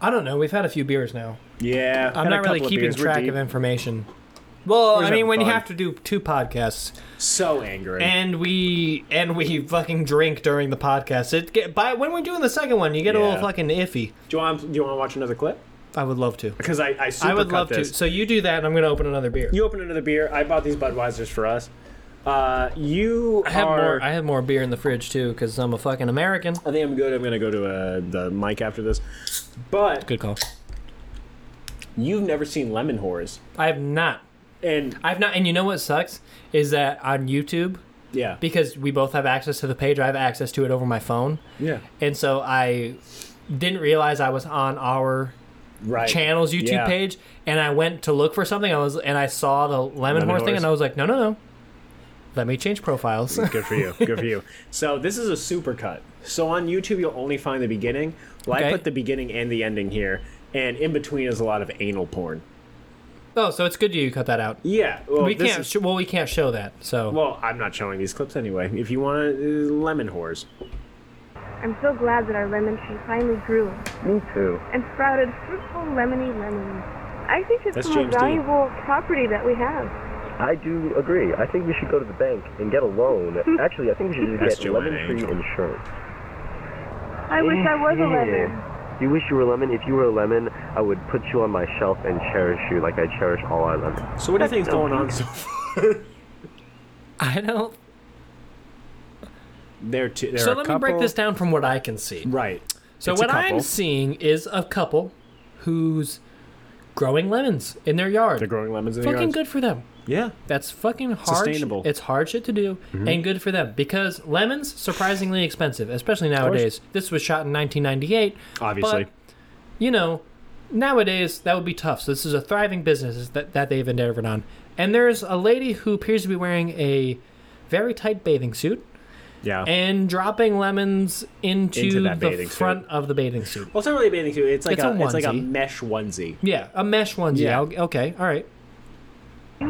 Speaker 1: I don't know. We've had a few beers now.
Speaker 2: Yeah,
Speaker 1: I'm not really keeping track of information. Well,
Speaker 2: We're
Speaker 1: I
Speaker 2: having
Speaker 1: mean, when you
Speaker 2: fun.
Speaker 1: have to do two podcasts
Speaker 2: So angry.
Speaker 1: and we and we fucking drink during the podcast, it get by when we're doing the second one, you get a little
Speaker 2: Yeah.
Speaker 1: fucking iffy.
Speaker 2: do you want? Do you want to watch another clip?
Speaker 1: I would love to.
Speaker 2: Because I, I,
Speaker 1: I would
Speaker 2: supercut
Speaker 1: love
Speaker 2: this.
Speaker 1: to. So you do that, and I'm gonna open another beer.
Speaker 2: You open another beer. I bought these Budweisers for us. Uh, you
Speaker 1: I have
Speaker 2: are.
Speaker 1: more. I have more beer in the fridge too, because I'm a fucking American.
Speaker 2: I think I'm good. I'm gonna go to uh, the mic after this. But
Speaker 1: Good call.
Speaker 2: you've never seen lemon whores,
Speaker 1: I have not.
Speaker 2: and
Speaker 1: I've not. And you know what sucks is that on YouTube,
Speaker 2: yeah,
Speaker 1: because we both have access to the page, I have access to it over my phone,
Speaker 2: yeah,
Speaker 1: and so I didn't realize I was on our
Speaker 2: right.
Speaker 1: channel's YouTube
Speaker 2: Yeah.
Speaker 1: page, and I went to look for something. I was and I saw the lemon,
Speaker 2: Lemon
Speaker 1: horse thing,
Speaker 2: horse.
Speaker 1: and I was like, no, no, no. Let me change profiles.
Speaker 2: Good for you. Good for you. So this is a supercut. So on YouTube, you'll only find the beginning. Well, I
Speaker 1: Okay.
Speaker 2: put the beginning and the ending here, and in between is a lot of anal porn.
Speaker 1: oh, so it's good you cut that out.
Speaker 2: Yeah. Well,
Speaker 1: we
Speaker 2: this
Speaker 1: can't.
Speaker 2: is-
Speaker 1: sh- well, we can't show that. So
Speaker 2: well, I'm not showing these clips anyway. If you want to, uh, lemon whores.
Speaker 7: I'm so glad that our lemon tree finally grew
Speaker 8: Me too.
Speaker 7: and sprouted fruitful lemony lemons. I think it's
Speaker 2: That's
Speaker 7: the most
Speaker 2: James Dean.
Speaker 7: valuable property that we have.
Speaker 8: I do agree. I think we should go to the bank and get a loan. Actually, I think we should
Speaker 2: That's
Speaker 8: just get lemon
Speaker 2: Joanna
Speaker 8: tree
Speaker 2: Angel.
Speaker 8: insurance.
Speaker 7: I wish I was a lemon.
Speaker 8: Yeah. You wish you were a lemon? If you were a lemon, I would put you on my shelf and cherish you like I cherish all our lemons.
Speaker 2: So what do you think's going on so far?
Speaker 1: I don't.
Speaker 2: There, too. There
Speaker 1: So
Speaker 2: are a
Speaker 1: let me break
Speaker 2: couple-
Speaker 1: this down from what I can see.
Speaker 2: Right.
Speaker 1: So
Speaker 2: It's a
Speaker 1: what I'm
Speaker 2: couple.
Speaker 1: seeing is a couple who's growing lemons in their yard.
Speaker 2: They're growing lemons in the
Speaker 1: fucking
Speaker 2: yards.
Speaker 1: good for them.
Speaker 2: Yeah.
Speaker 1: That's fucking hard.
Speaker 2: Sustainable. Mm-hmm.
Speaker 1: It's hard shit to do, and good for them because lemons surprisingly expensive, especially nowadays. This was shot in 1998.
Speaker 2: Obviously.
Speaker 1: but, you know, nowadays that would be tough. So this is a thriving business that that they've endeavored on. And there's a lady who appears to be wearing a very tight bathing suit
Speaker 2: yeah.
Speaker 1: and dropping lemons into,
Speaker 2: Into that
Speaker 1: the
Speaker 2: bathing suit.
Speaker 1: front of the bathing suit.
Speaker 2: well, it's not really a bathing suit. It's like
Speaker 1: It's
Speaker 2: a,
Speaker 1: a
Speaker 2: it's like a
Speaker 1: onesie.
Speaker 2: mesh onesie.
Speaker 1: Yeah, a mesh onesie.
Speaker 2: Yeah.
Speaker 1: I'll- Okay, all right.
Speaker 8: I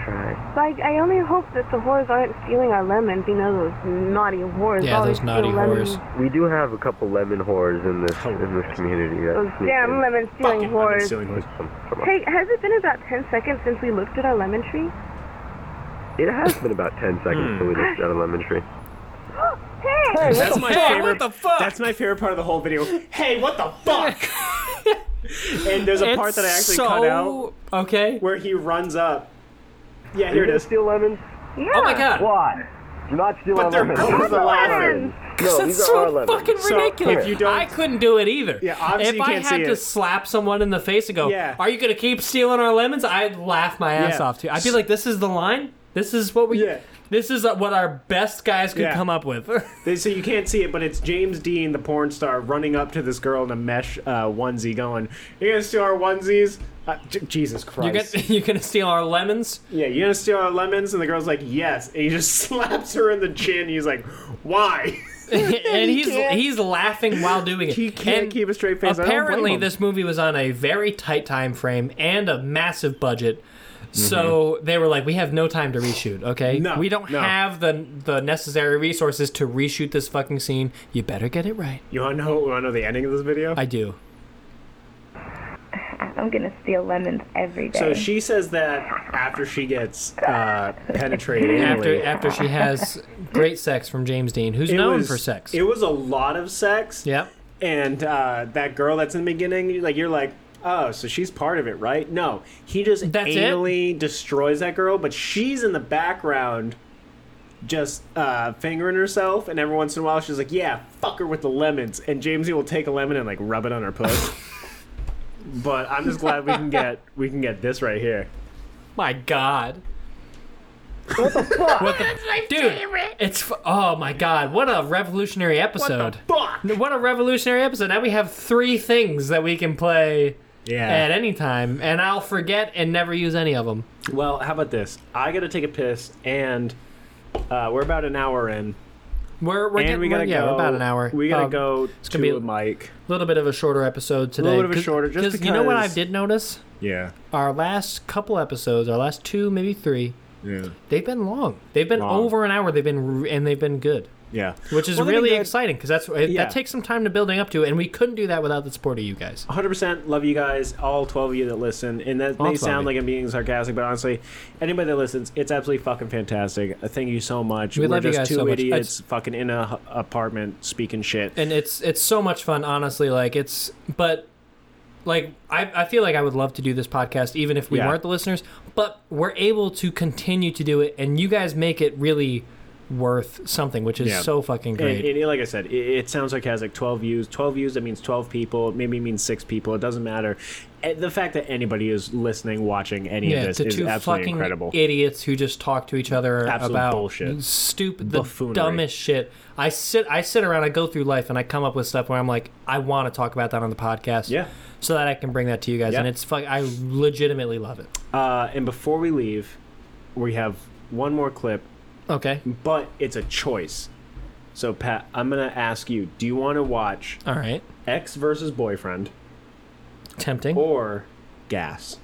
Speaker 8: try.
Speaker 7: So I, I only hope that the whores aren't stealing our lemons. You know those naughty whores.
Speaker 1: Yeah,
Speaker 7: always
Speaker 1: those naughty
Speaker 7: steal lemons.
Speaker 1: whores.
Speaker 8: We do have a couple lemon whores in this
Speaker 2: Oh,
Speaker 8: in this community. That
Speaker 7: Those
Speaker 8: sneak
Speaker 7: damn
Speaker 8: in
Speaker 7: lemon stealing
Speaker 2: Fucking lemon
Speaker 7: whores.
Speaker 2: stealing whores.
Speaker 8: from- from us.
Speaker 7: Hey, has it been about 10 seconds since we looked at our lemon tree?
Speaker 8: It has been about 10
Speaker 2: Hmm.
Speaker 8: seconds till we looked at a lemon tree.
Speaker 7: hey!
Speaker 2: That's my
Speaker 1: fuck?
Speaker 2: favorite.
Speaker 1: What the fuck?
Speaker 2: That's my favorite part of the whole video. Hey, what the fuck? and there's a part that I actually cut out
Speaker 1: Okay.
Speaker 2: where he runs up. Yeah, here it is.
Speaker 8: steal lemons?
Speaker 7: Yeah.
Speaker 1: Oh my god.
Speaker 8: Why? Do not steal
Speaker 2: But they're
Speaker 8: lemons.
Speaker 2: called
Speaker 8: These are our
Speaker 7: lemons.
Speaker 8: No,
Speaker 1: That's
Speaker 8: these are our
Speaker 1: so
Speaker 8: lemons.
Speaker 1: fucking
Speaker 2: So,
Speaker 1: ridiculous.
Speaker 2: if you don't-
Speaker 1: I couldn't do it either.
Speaker 2: Yeah, obviously
Speaker 1: if
Speaker 2: you can't
Speaker 1: I had
Speaker 2: see
Speaker 1: to
Speaker 2: it.
Speaker 1: slap someone in the face and go,
Speaker 2: Yeah.
Speaker 1: "Are you gonna keep stealing our lemons?" I'd laugh my ass
Speaker 2: Yeah.
Speaker 1: off too. I'd be like, "This is the line. This is what we."
Speaker 2: Yeah.
Speaker 1: This is uh, what our best guys could
Speaker 2: Yeah.
Speaker 1: come up with.
Speaker 2: They say you can't see it, but it's James Dean, the porn star, running up to this girl in a mesh uh, onesie, going, "You gonna steal our onesies?" Uh, J- Jesus
Speaker 1: you
Speaker 2: Christ!
Speaker 1: get, you're gonna steal our lemons.
Speaker 2: yeah, you gonna steal our lemons? And the girl's like, "Yes." And he just slaps her in the chin. He's like, "Why?"
Speaker 1: and he's he's laughing while doing it.
Speaker 2: He can't
Speaker 1: And
Speaker 2: keep a straight face. I don't blame
Speaker 1: Apparently,
Speaker 2: him.
Speaker 1: this movie was on a very tight time frame and a massive budget. So they were like, "We have no time to reshoot. Okay,
Speaker 2: No,
Speaker 1: Mm-hmm. we don't
Speaker 2: no.
Speaker 1: have the the necessary resources to reshoot this fucking scene. You better get it right.
Speaker 2: you wanna know? You wanna know the ending of this video?
Speaker 1: I do.
Speaker 9: I'm gonna steal lemons every day.
Speaker 2: so she says that after she gets uh, penetrated.
Speaker 1: After
Speaker 2: anally.
Speaker 1: after she has great sex from James Dean, who's
Speaker 2: It
Speaker 1: known
Speaker 2: was-
Speaker 1: for sex.
Speaker 2: It was a lot of sex.
Speaker 1: yep.
Speaker 2: and uh, that girl that's in the beginning, you- like you're like, oh, so she's part of it, right? No, he just
Speaker 1: That's it?
Speaker 2: anally destroys that girl, but she's in the background, just uh, fingering herself, and every once in a while she's like, yeah, fuck her with the lemons, and Jamesy will take a lemon and like rub it on her puss. but I'm just glad we can get we can get this right here.
Speaker 1: My God. What the fuck? Dude, it's f- oh my god! What a revolutionary episode!
Speaker 2: Fuck.
Speaker 1: What a revolutionary episode. Now we have three things that we can play at
Speaker 2: Yeah.
Speaker 1: any time, and I'll forget and never use any of them.
Speaker 2: Well, how about this? I gotta take a piss, and uh, we're about an hour in.
Speaker 1: We're, we're
Speaker 2: and
Speaker 1: getting
Speaker 2: we gotta
Speaker 1: we're- yeah,
Speaker 2: go.
Speaker 1: we're about an hour.
Speaker 2: We gotta
Speaker 1: Um,
Speaker 2: go to
Speaker 1: gonna be a-
Speaker 2: a mic.
Speaker 1: A little bit of a shorter episode today.
Speaker 2: Little bit of a
Speaker 1: 'cause-
Speaker 2: shorter, just
Speaker 1: 'cause you know what I
Speaker 2: because-
Speaker 1: did notice?
Speaker 2: Yeah.
Speaker 1: Our last couple episodes, our last two, maybe three,
Speaker 2: Yeah.
Speaker 1: they've been long. They've been
Speaker 2: Long.
Speaker 1: over an hour. They've been re- and they've been good,
Speaker 2: Yeah.
Speaker 1: which is
Speaker 2: Well, I think
Speaker 1: really
Speaker 2: that-
Speaker 1: exciting because that's it,
Speaker 2: Yeah.
Speaker 1: that takes some time to building up to, and we couldn't do that without the support of you guys.
Speaker 2: 100% love you guys, all 12 of you that listen. And that
Speaker 1: All 12
Speaker 2: may
Speaker 1: of
Speaker 2: sound
Speaker 1: you.
Speaker 2: like I'm being sarcastic, but honestly, anybody that listens, it's absolutely fucking fantastic. Uh, Thank you so much.
Speaker 1: We
Speaker 2: We're
Speaker 1: love you
Speaker 2: just
Speaker 1: guys
Speaker 2: two
Speaker 1: so much.
Speaker 2: idiots fucking in a h- apartment speaking shit.
Speaker 1: and it's it's so much fun honestly like it's but like I, I feel like i would love to do this podcast even if we
Speaker 2: Yeah.
Speaker 1: weren't the listeners but we're able to continue to do it and you guys make it really worth something which is
Speaker 2: Yeah.
Speaker 1: so fucking
Speaker 2: And,
Speaker 1: great
Speaker 2: and like I said, it, it sounds sarcastic. Twelve views, twelve views. That means twelve people. Maybe it means six people. It doesn't matter. Eh, The fact that anybody is listening, watching any
Speaker 1: yeah
Speaker 2: of this
Speaker 1: to
Speaker 2: is
Speaker 1: two
Speaker 2: absolutely
Speaker 1: fucking
Speaker 2: incredible.
Speaker 1: idiots who just talk to each other
Speaker 2: Absolute
Speaker 1: about
Speaker 2: bullshit.
Speaker 1: stupid the
Speaker 2: Buffoonery.
Speaker 1: dumbest shit i sit i sit around i go through life and i come up with stuff where i'm like i want to talk about that on the podcast
Speaker 2: Yeah.
Speaker 1: so that i can bring that to you guys
Speaker 2: Yeah.
Speaker 1: and it's fuck i legitimately love it
Speaker 2: uh, and before we leave, we have one more clip
Speaker 1: okay
Speaker 2: but it's a choice. So Pat, I'm gonna ask you: Do you want to watch
Speaker 1: all right
Speaker 2: X versus Boyfriend
Speaker 1: tempting
Speaker 2: or Gas?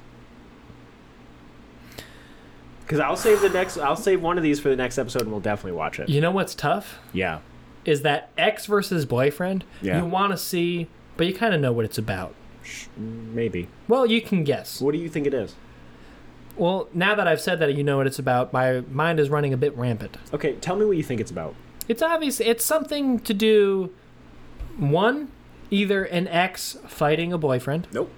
Speaker 2: Because I'll save the next. I'll save one of these for the next episode, and we'll definitely watch it.
Speaker 1: You know what's tough
Speaker 2: Yeah.
Speaker 1: is that ex versus boyfriend.
Speaker 2: Yeah.
Speaker 1: You want to see, but you kind of know what it's about.
Speaker 2: Maybe.
Speaker 1: Well, you can guess.
Speaker 2: What do you think it is?
Speaker 1: Well, now that I've said that, you know what it's about. My mind is running a bit rampant.
Speaker 2: Okay, tell me what you think it's about.
Speaker 1: It's obvious. It's something to do. One, either an ex fighting a boyfriend.
Speaker 2: Nope.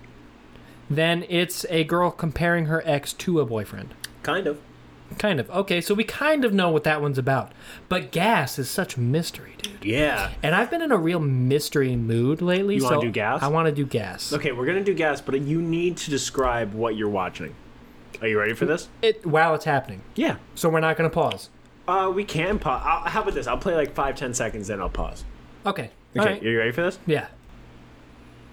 Speaker 1: Then it's a girl comparing her ex to a boyfriend.
Speaker 2: Kind of.
Speaker 1: Kind of. Okay, so we kind of know what that one's about. But gas is such mystery, dude.
Speaker 2: Yeah.
Speaker 1: And I've been in a real mystery mood lately.
Speaker 2: You
Speaker 1: so
Speaker 2: wanna do gas?
Speaker 1: I want to do gas.
Speaker 2: Okay, we're gonna do Gas, but you need to describe what you're watching. Are you ready for this?
Speaker 1: it while it's happening.
Speaker 2: Yeah.
Speaker 1: So we're not going to pause.
Speaker 2: Uh, we can pause. I'll, how about this? I'll play like five, ten seconds, then I'll pause.
Speaker 1: Okay. All
Speaker 2: Okay,
Speaker 1: right.
Speaker 2: you ready for this?
Speaker 1: Yeah.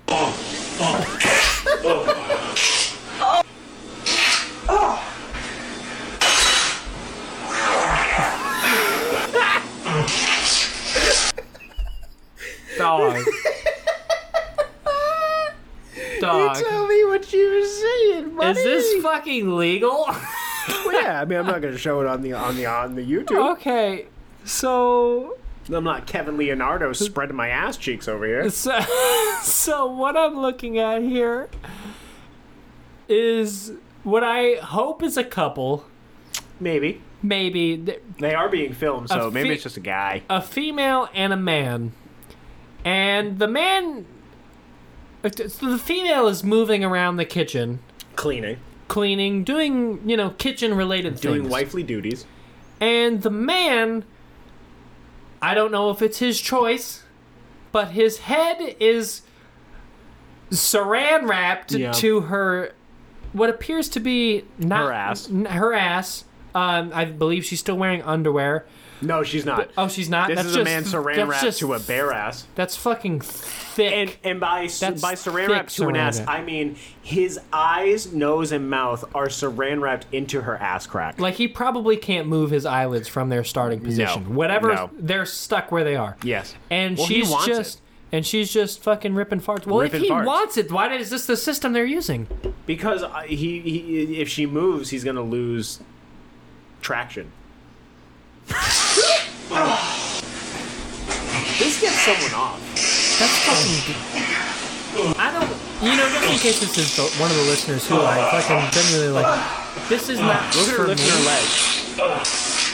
Speaker 1: Dog. Dog.
Speaker 2: me what you were saying, buddy.
Speaker 1: Is this fucking legal?
Speaker 2: yeah, I mean, I'm not gonna show it on the on the on the
Speaker 1: Oh.
Speaker 2: YouTube.
Speaker 1: okay. So
Speaker 2: I'm not Kevin Leonardo spreading my ass cheeks over here.
Speaker 1: So, so what I'm looking at here is what I hope is a couple,
Speaker 2: Maybe
Speaker 1: maybe th-
Speaker 2: they are being filmed, so
Speaker 1: A
Speaker 2: maybe
Speaker 1: fe-
Speaker 2: it's just a guy.
Speaker 1: a female and a man, and the man, uh, so the female is moving around the kitchen,
Speaker 2: Cleaning,
Speaker 1: cleaning, doing you know kitchen related
Speaker 2: doing
Speaker 1: things,
Speaker 2: wifely duties.
Speaker 1: and the man, I don't know if it's his choice, but his head is saran wrapped
Speaker 2: Yeah.
Speaker 1: to her, what appears to be not
Speaker 2: Her ass.
Speaker 1: n- her ass, Um, I believe she's still wearing underwear.
Speaker 2: No, she's not.
Speaker 1: Oh, she's not.
Speaker 2: This
Speaker 1: that's
Speaker 2: is
Speaker 1: just,
Speaker 2: a man saran
Speaker 1: that's
Speaker 2: wrap
Speaker 1: just-
Speaker 2: to a bear ass.
Speaker 1: That's fucking thick.
Speaker 2: And and by
Speaker 1: That's
Speaker 2: by saran
Speaker 1: thick
Speaker 2: wrap to an
Speaker 1: saran
Speaker 2: ass,
Speaker 1: wrap.
Speaker 2: I mean his eyes, nose, and mouth are saran wrapped into her ass crack.
Speaker 1: like he probably can't move his eyelids from their starting position. Whatever,
Speaker 2: No.
Speaker 1: they're stuck where they are.
Speaker 2: Yes.
Speaker 1: and
Speaker 2: Well, he
Speaker 1: she's
Speaker 2: wants
Speaker 1: just
Speaker 2: it.
Speaker 1: and she's just fucking ripping farts. Well,
Speaker 2: Ripping
Speaker 1: if he
Speaker 2: farts.
Speaker 1: wants it, why is this the system they're using?
Speaker 2: because I- he, he if she moves, he's gonna lose traction. this gets someone off.
Speaker 1: That's fucking. I don't. You know, just in case this is the, one of the listeners who I fucking genuinely like. This is not
Speaker 2: Look at her
Speaker 1: for
Speaker 2: lifting
Speaker 1: me.
Speaker 2: her legs.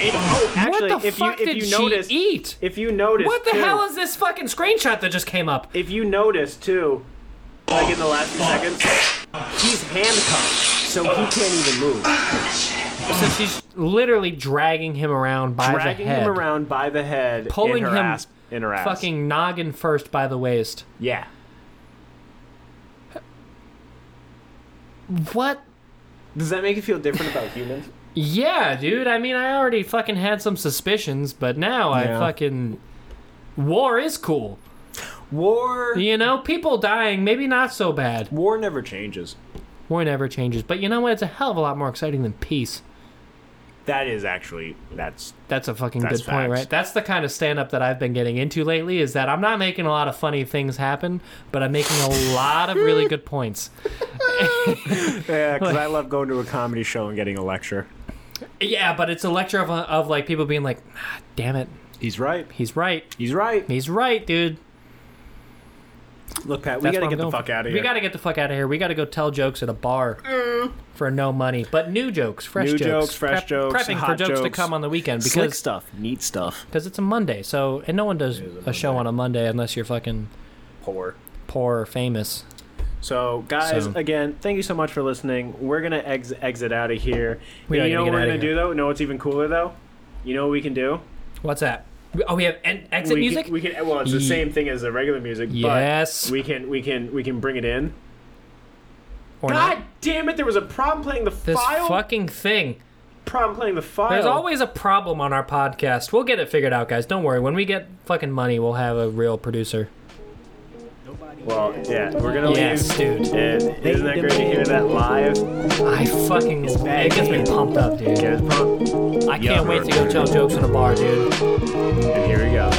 Speaker 2: And- oh, actually,
Speaker 1: what the
Speaker 2: if
Speaker 1: fuck
Speaker 2: you if
Speaker 1: did
Speaker 2: you
Speaker 1: she
Speaker 2: notice,
Speaker 1: eat?
Speaker 2: if you notice,
Speaker 1: What the
Speaker 2: too,
Speaker 1: hell is this fucking screenshot that just came up?
Speaker 2: if you notice too, like in the last few seconds, he's handcuffed, so he can't even move.
Speaker 1: So she's literally dragging him around by
Speaker 2: Dragging
Speaker 1: the head,
Speaker 2: him around by the head,
Speaker 1: pulling
Speaker 2: in her
Speaker 1: him
Speaker 2: ass, in her ass.
Speaker 1: fucking noggin first by the waist.
Speaker 2: yeah.
Speaker 1: What?
Speaker 2: Does that make you feel different about humans?
Speaker 1: Yeah, dude. I mean, I already fucking had some suspicions, but now I
Speaker 2: Yeah.
Speaker 1: fucking war is cool.
Speaker 2: War,
Speaker 1: You know, people dying, maybe not so bad.
Speaker 2: war never changes.
Speaker 1: War never changes, but you know what? It's a hell of a lot more exciting than peace.
Speaker 2: That is actually that's
Speaker 1: That's a fucking
Speaker 2: That's
Speaker 1: good point,
Speaker 2: facts.
Speaker 1: right? That's the kind of stand up that I've been getting into lately is that I'm not making a lot of funny things happen, but I'm making a lot of really good points.
Speaker 2: yeah. Because I love going to a comedy show and getting a lecture.
Speaker 1: Yeah, but it's a lecture of, of like people being like, ah, damn it,
Speaker 2: He's right.
Speaker 1: he's right.
Speaker 2: He's right.
Speaker 1: He's right, dude.
Speaker 2: Look, Pat, we
Speaker 1: That's what
Speaker 2: gotta get
Speaker 1: I'm
Speaker 2: the
Speaker 1: going
Speaker 2: fuck
Speaker 1: for.
Speaker 2: out of here.
Speaker 1: We gotta get the fuck out of here. We gotta go tell jokes at a bar for no money, but new jokes, fresh
Speaker 2: New
Speaker 1: jokes,
Speaker 2: jokes, fresh jokes,
Speaker 1: prepping for
Speaker 2: hot
Speaker 1: jokes, to
Speaker 2: jokes.
Speaker 1: come on the weekend
Speaker 2: slick
Speaker 1: because
Speaker 2: stuff, neat stuff.
Speaker 1: because it's a Monday. So and no one does a, show on a Monday unless you're fucking
Speaker 2: Poor.
Speaker 1: poor or famous.
Speaker 2: So, guys,
Speaker 1: So-
Speaker 2: again, thank you so much for listening. We're gonna ex- exit out of here.
Speaker 1: We
Speaker 2: And
Speaker 1: are
Speaker 2: you know
Speaker 1: gonna get
Speaker 2: what we're
Speaker 1: outta
Speaker 2: gonna
Speaker 1: here.
Speaker 2: do though? No, it's even cooler though. You know what we can do?
Speaker 1: What's that? Oh, we have en- exit
Speaker 2: we
Speaker 1: music.
Speaker 2: Can, we can. Well, it's the
Speaker 1: Ye-
Speaker 2: same thing as the regular music.
Speaker 1: Yes.
Speaker 2: But we can. We can. We can bring it in.
Speaker 1: Or
Speaker 2: God
Speaker 1: not.
Speaker 2: damn it! There was a problem playing the
Speaker 1: This
Speaker 2: file.
Speaker 1: fucking thing.
Speaker 2: Problem playing the file.
Speaker 1: There's always a problem on our podcast. We'll get it figured out, guys. Don't worry. When we get fucking money, we'll have a real producer.
Speaker 2: Well, yeah, we're gonna
Speaker 1: Yes,
Speaker 2: leave.
Speaker 1: dude.
Speaker 2: And isn't that great to hear that live?
Speaker 1: I fucking
Speaker 2: bad.
Speaker 1: it gets me pumped up, dude.
Speaker 2: Get it pumped.
Speaker 1: I can't wait to go tell jokes in a bar, dude.
Speaker 2: And here we go.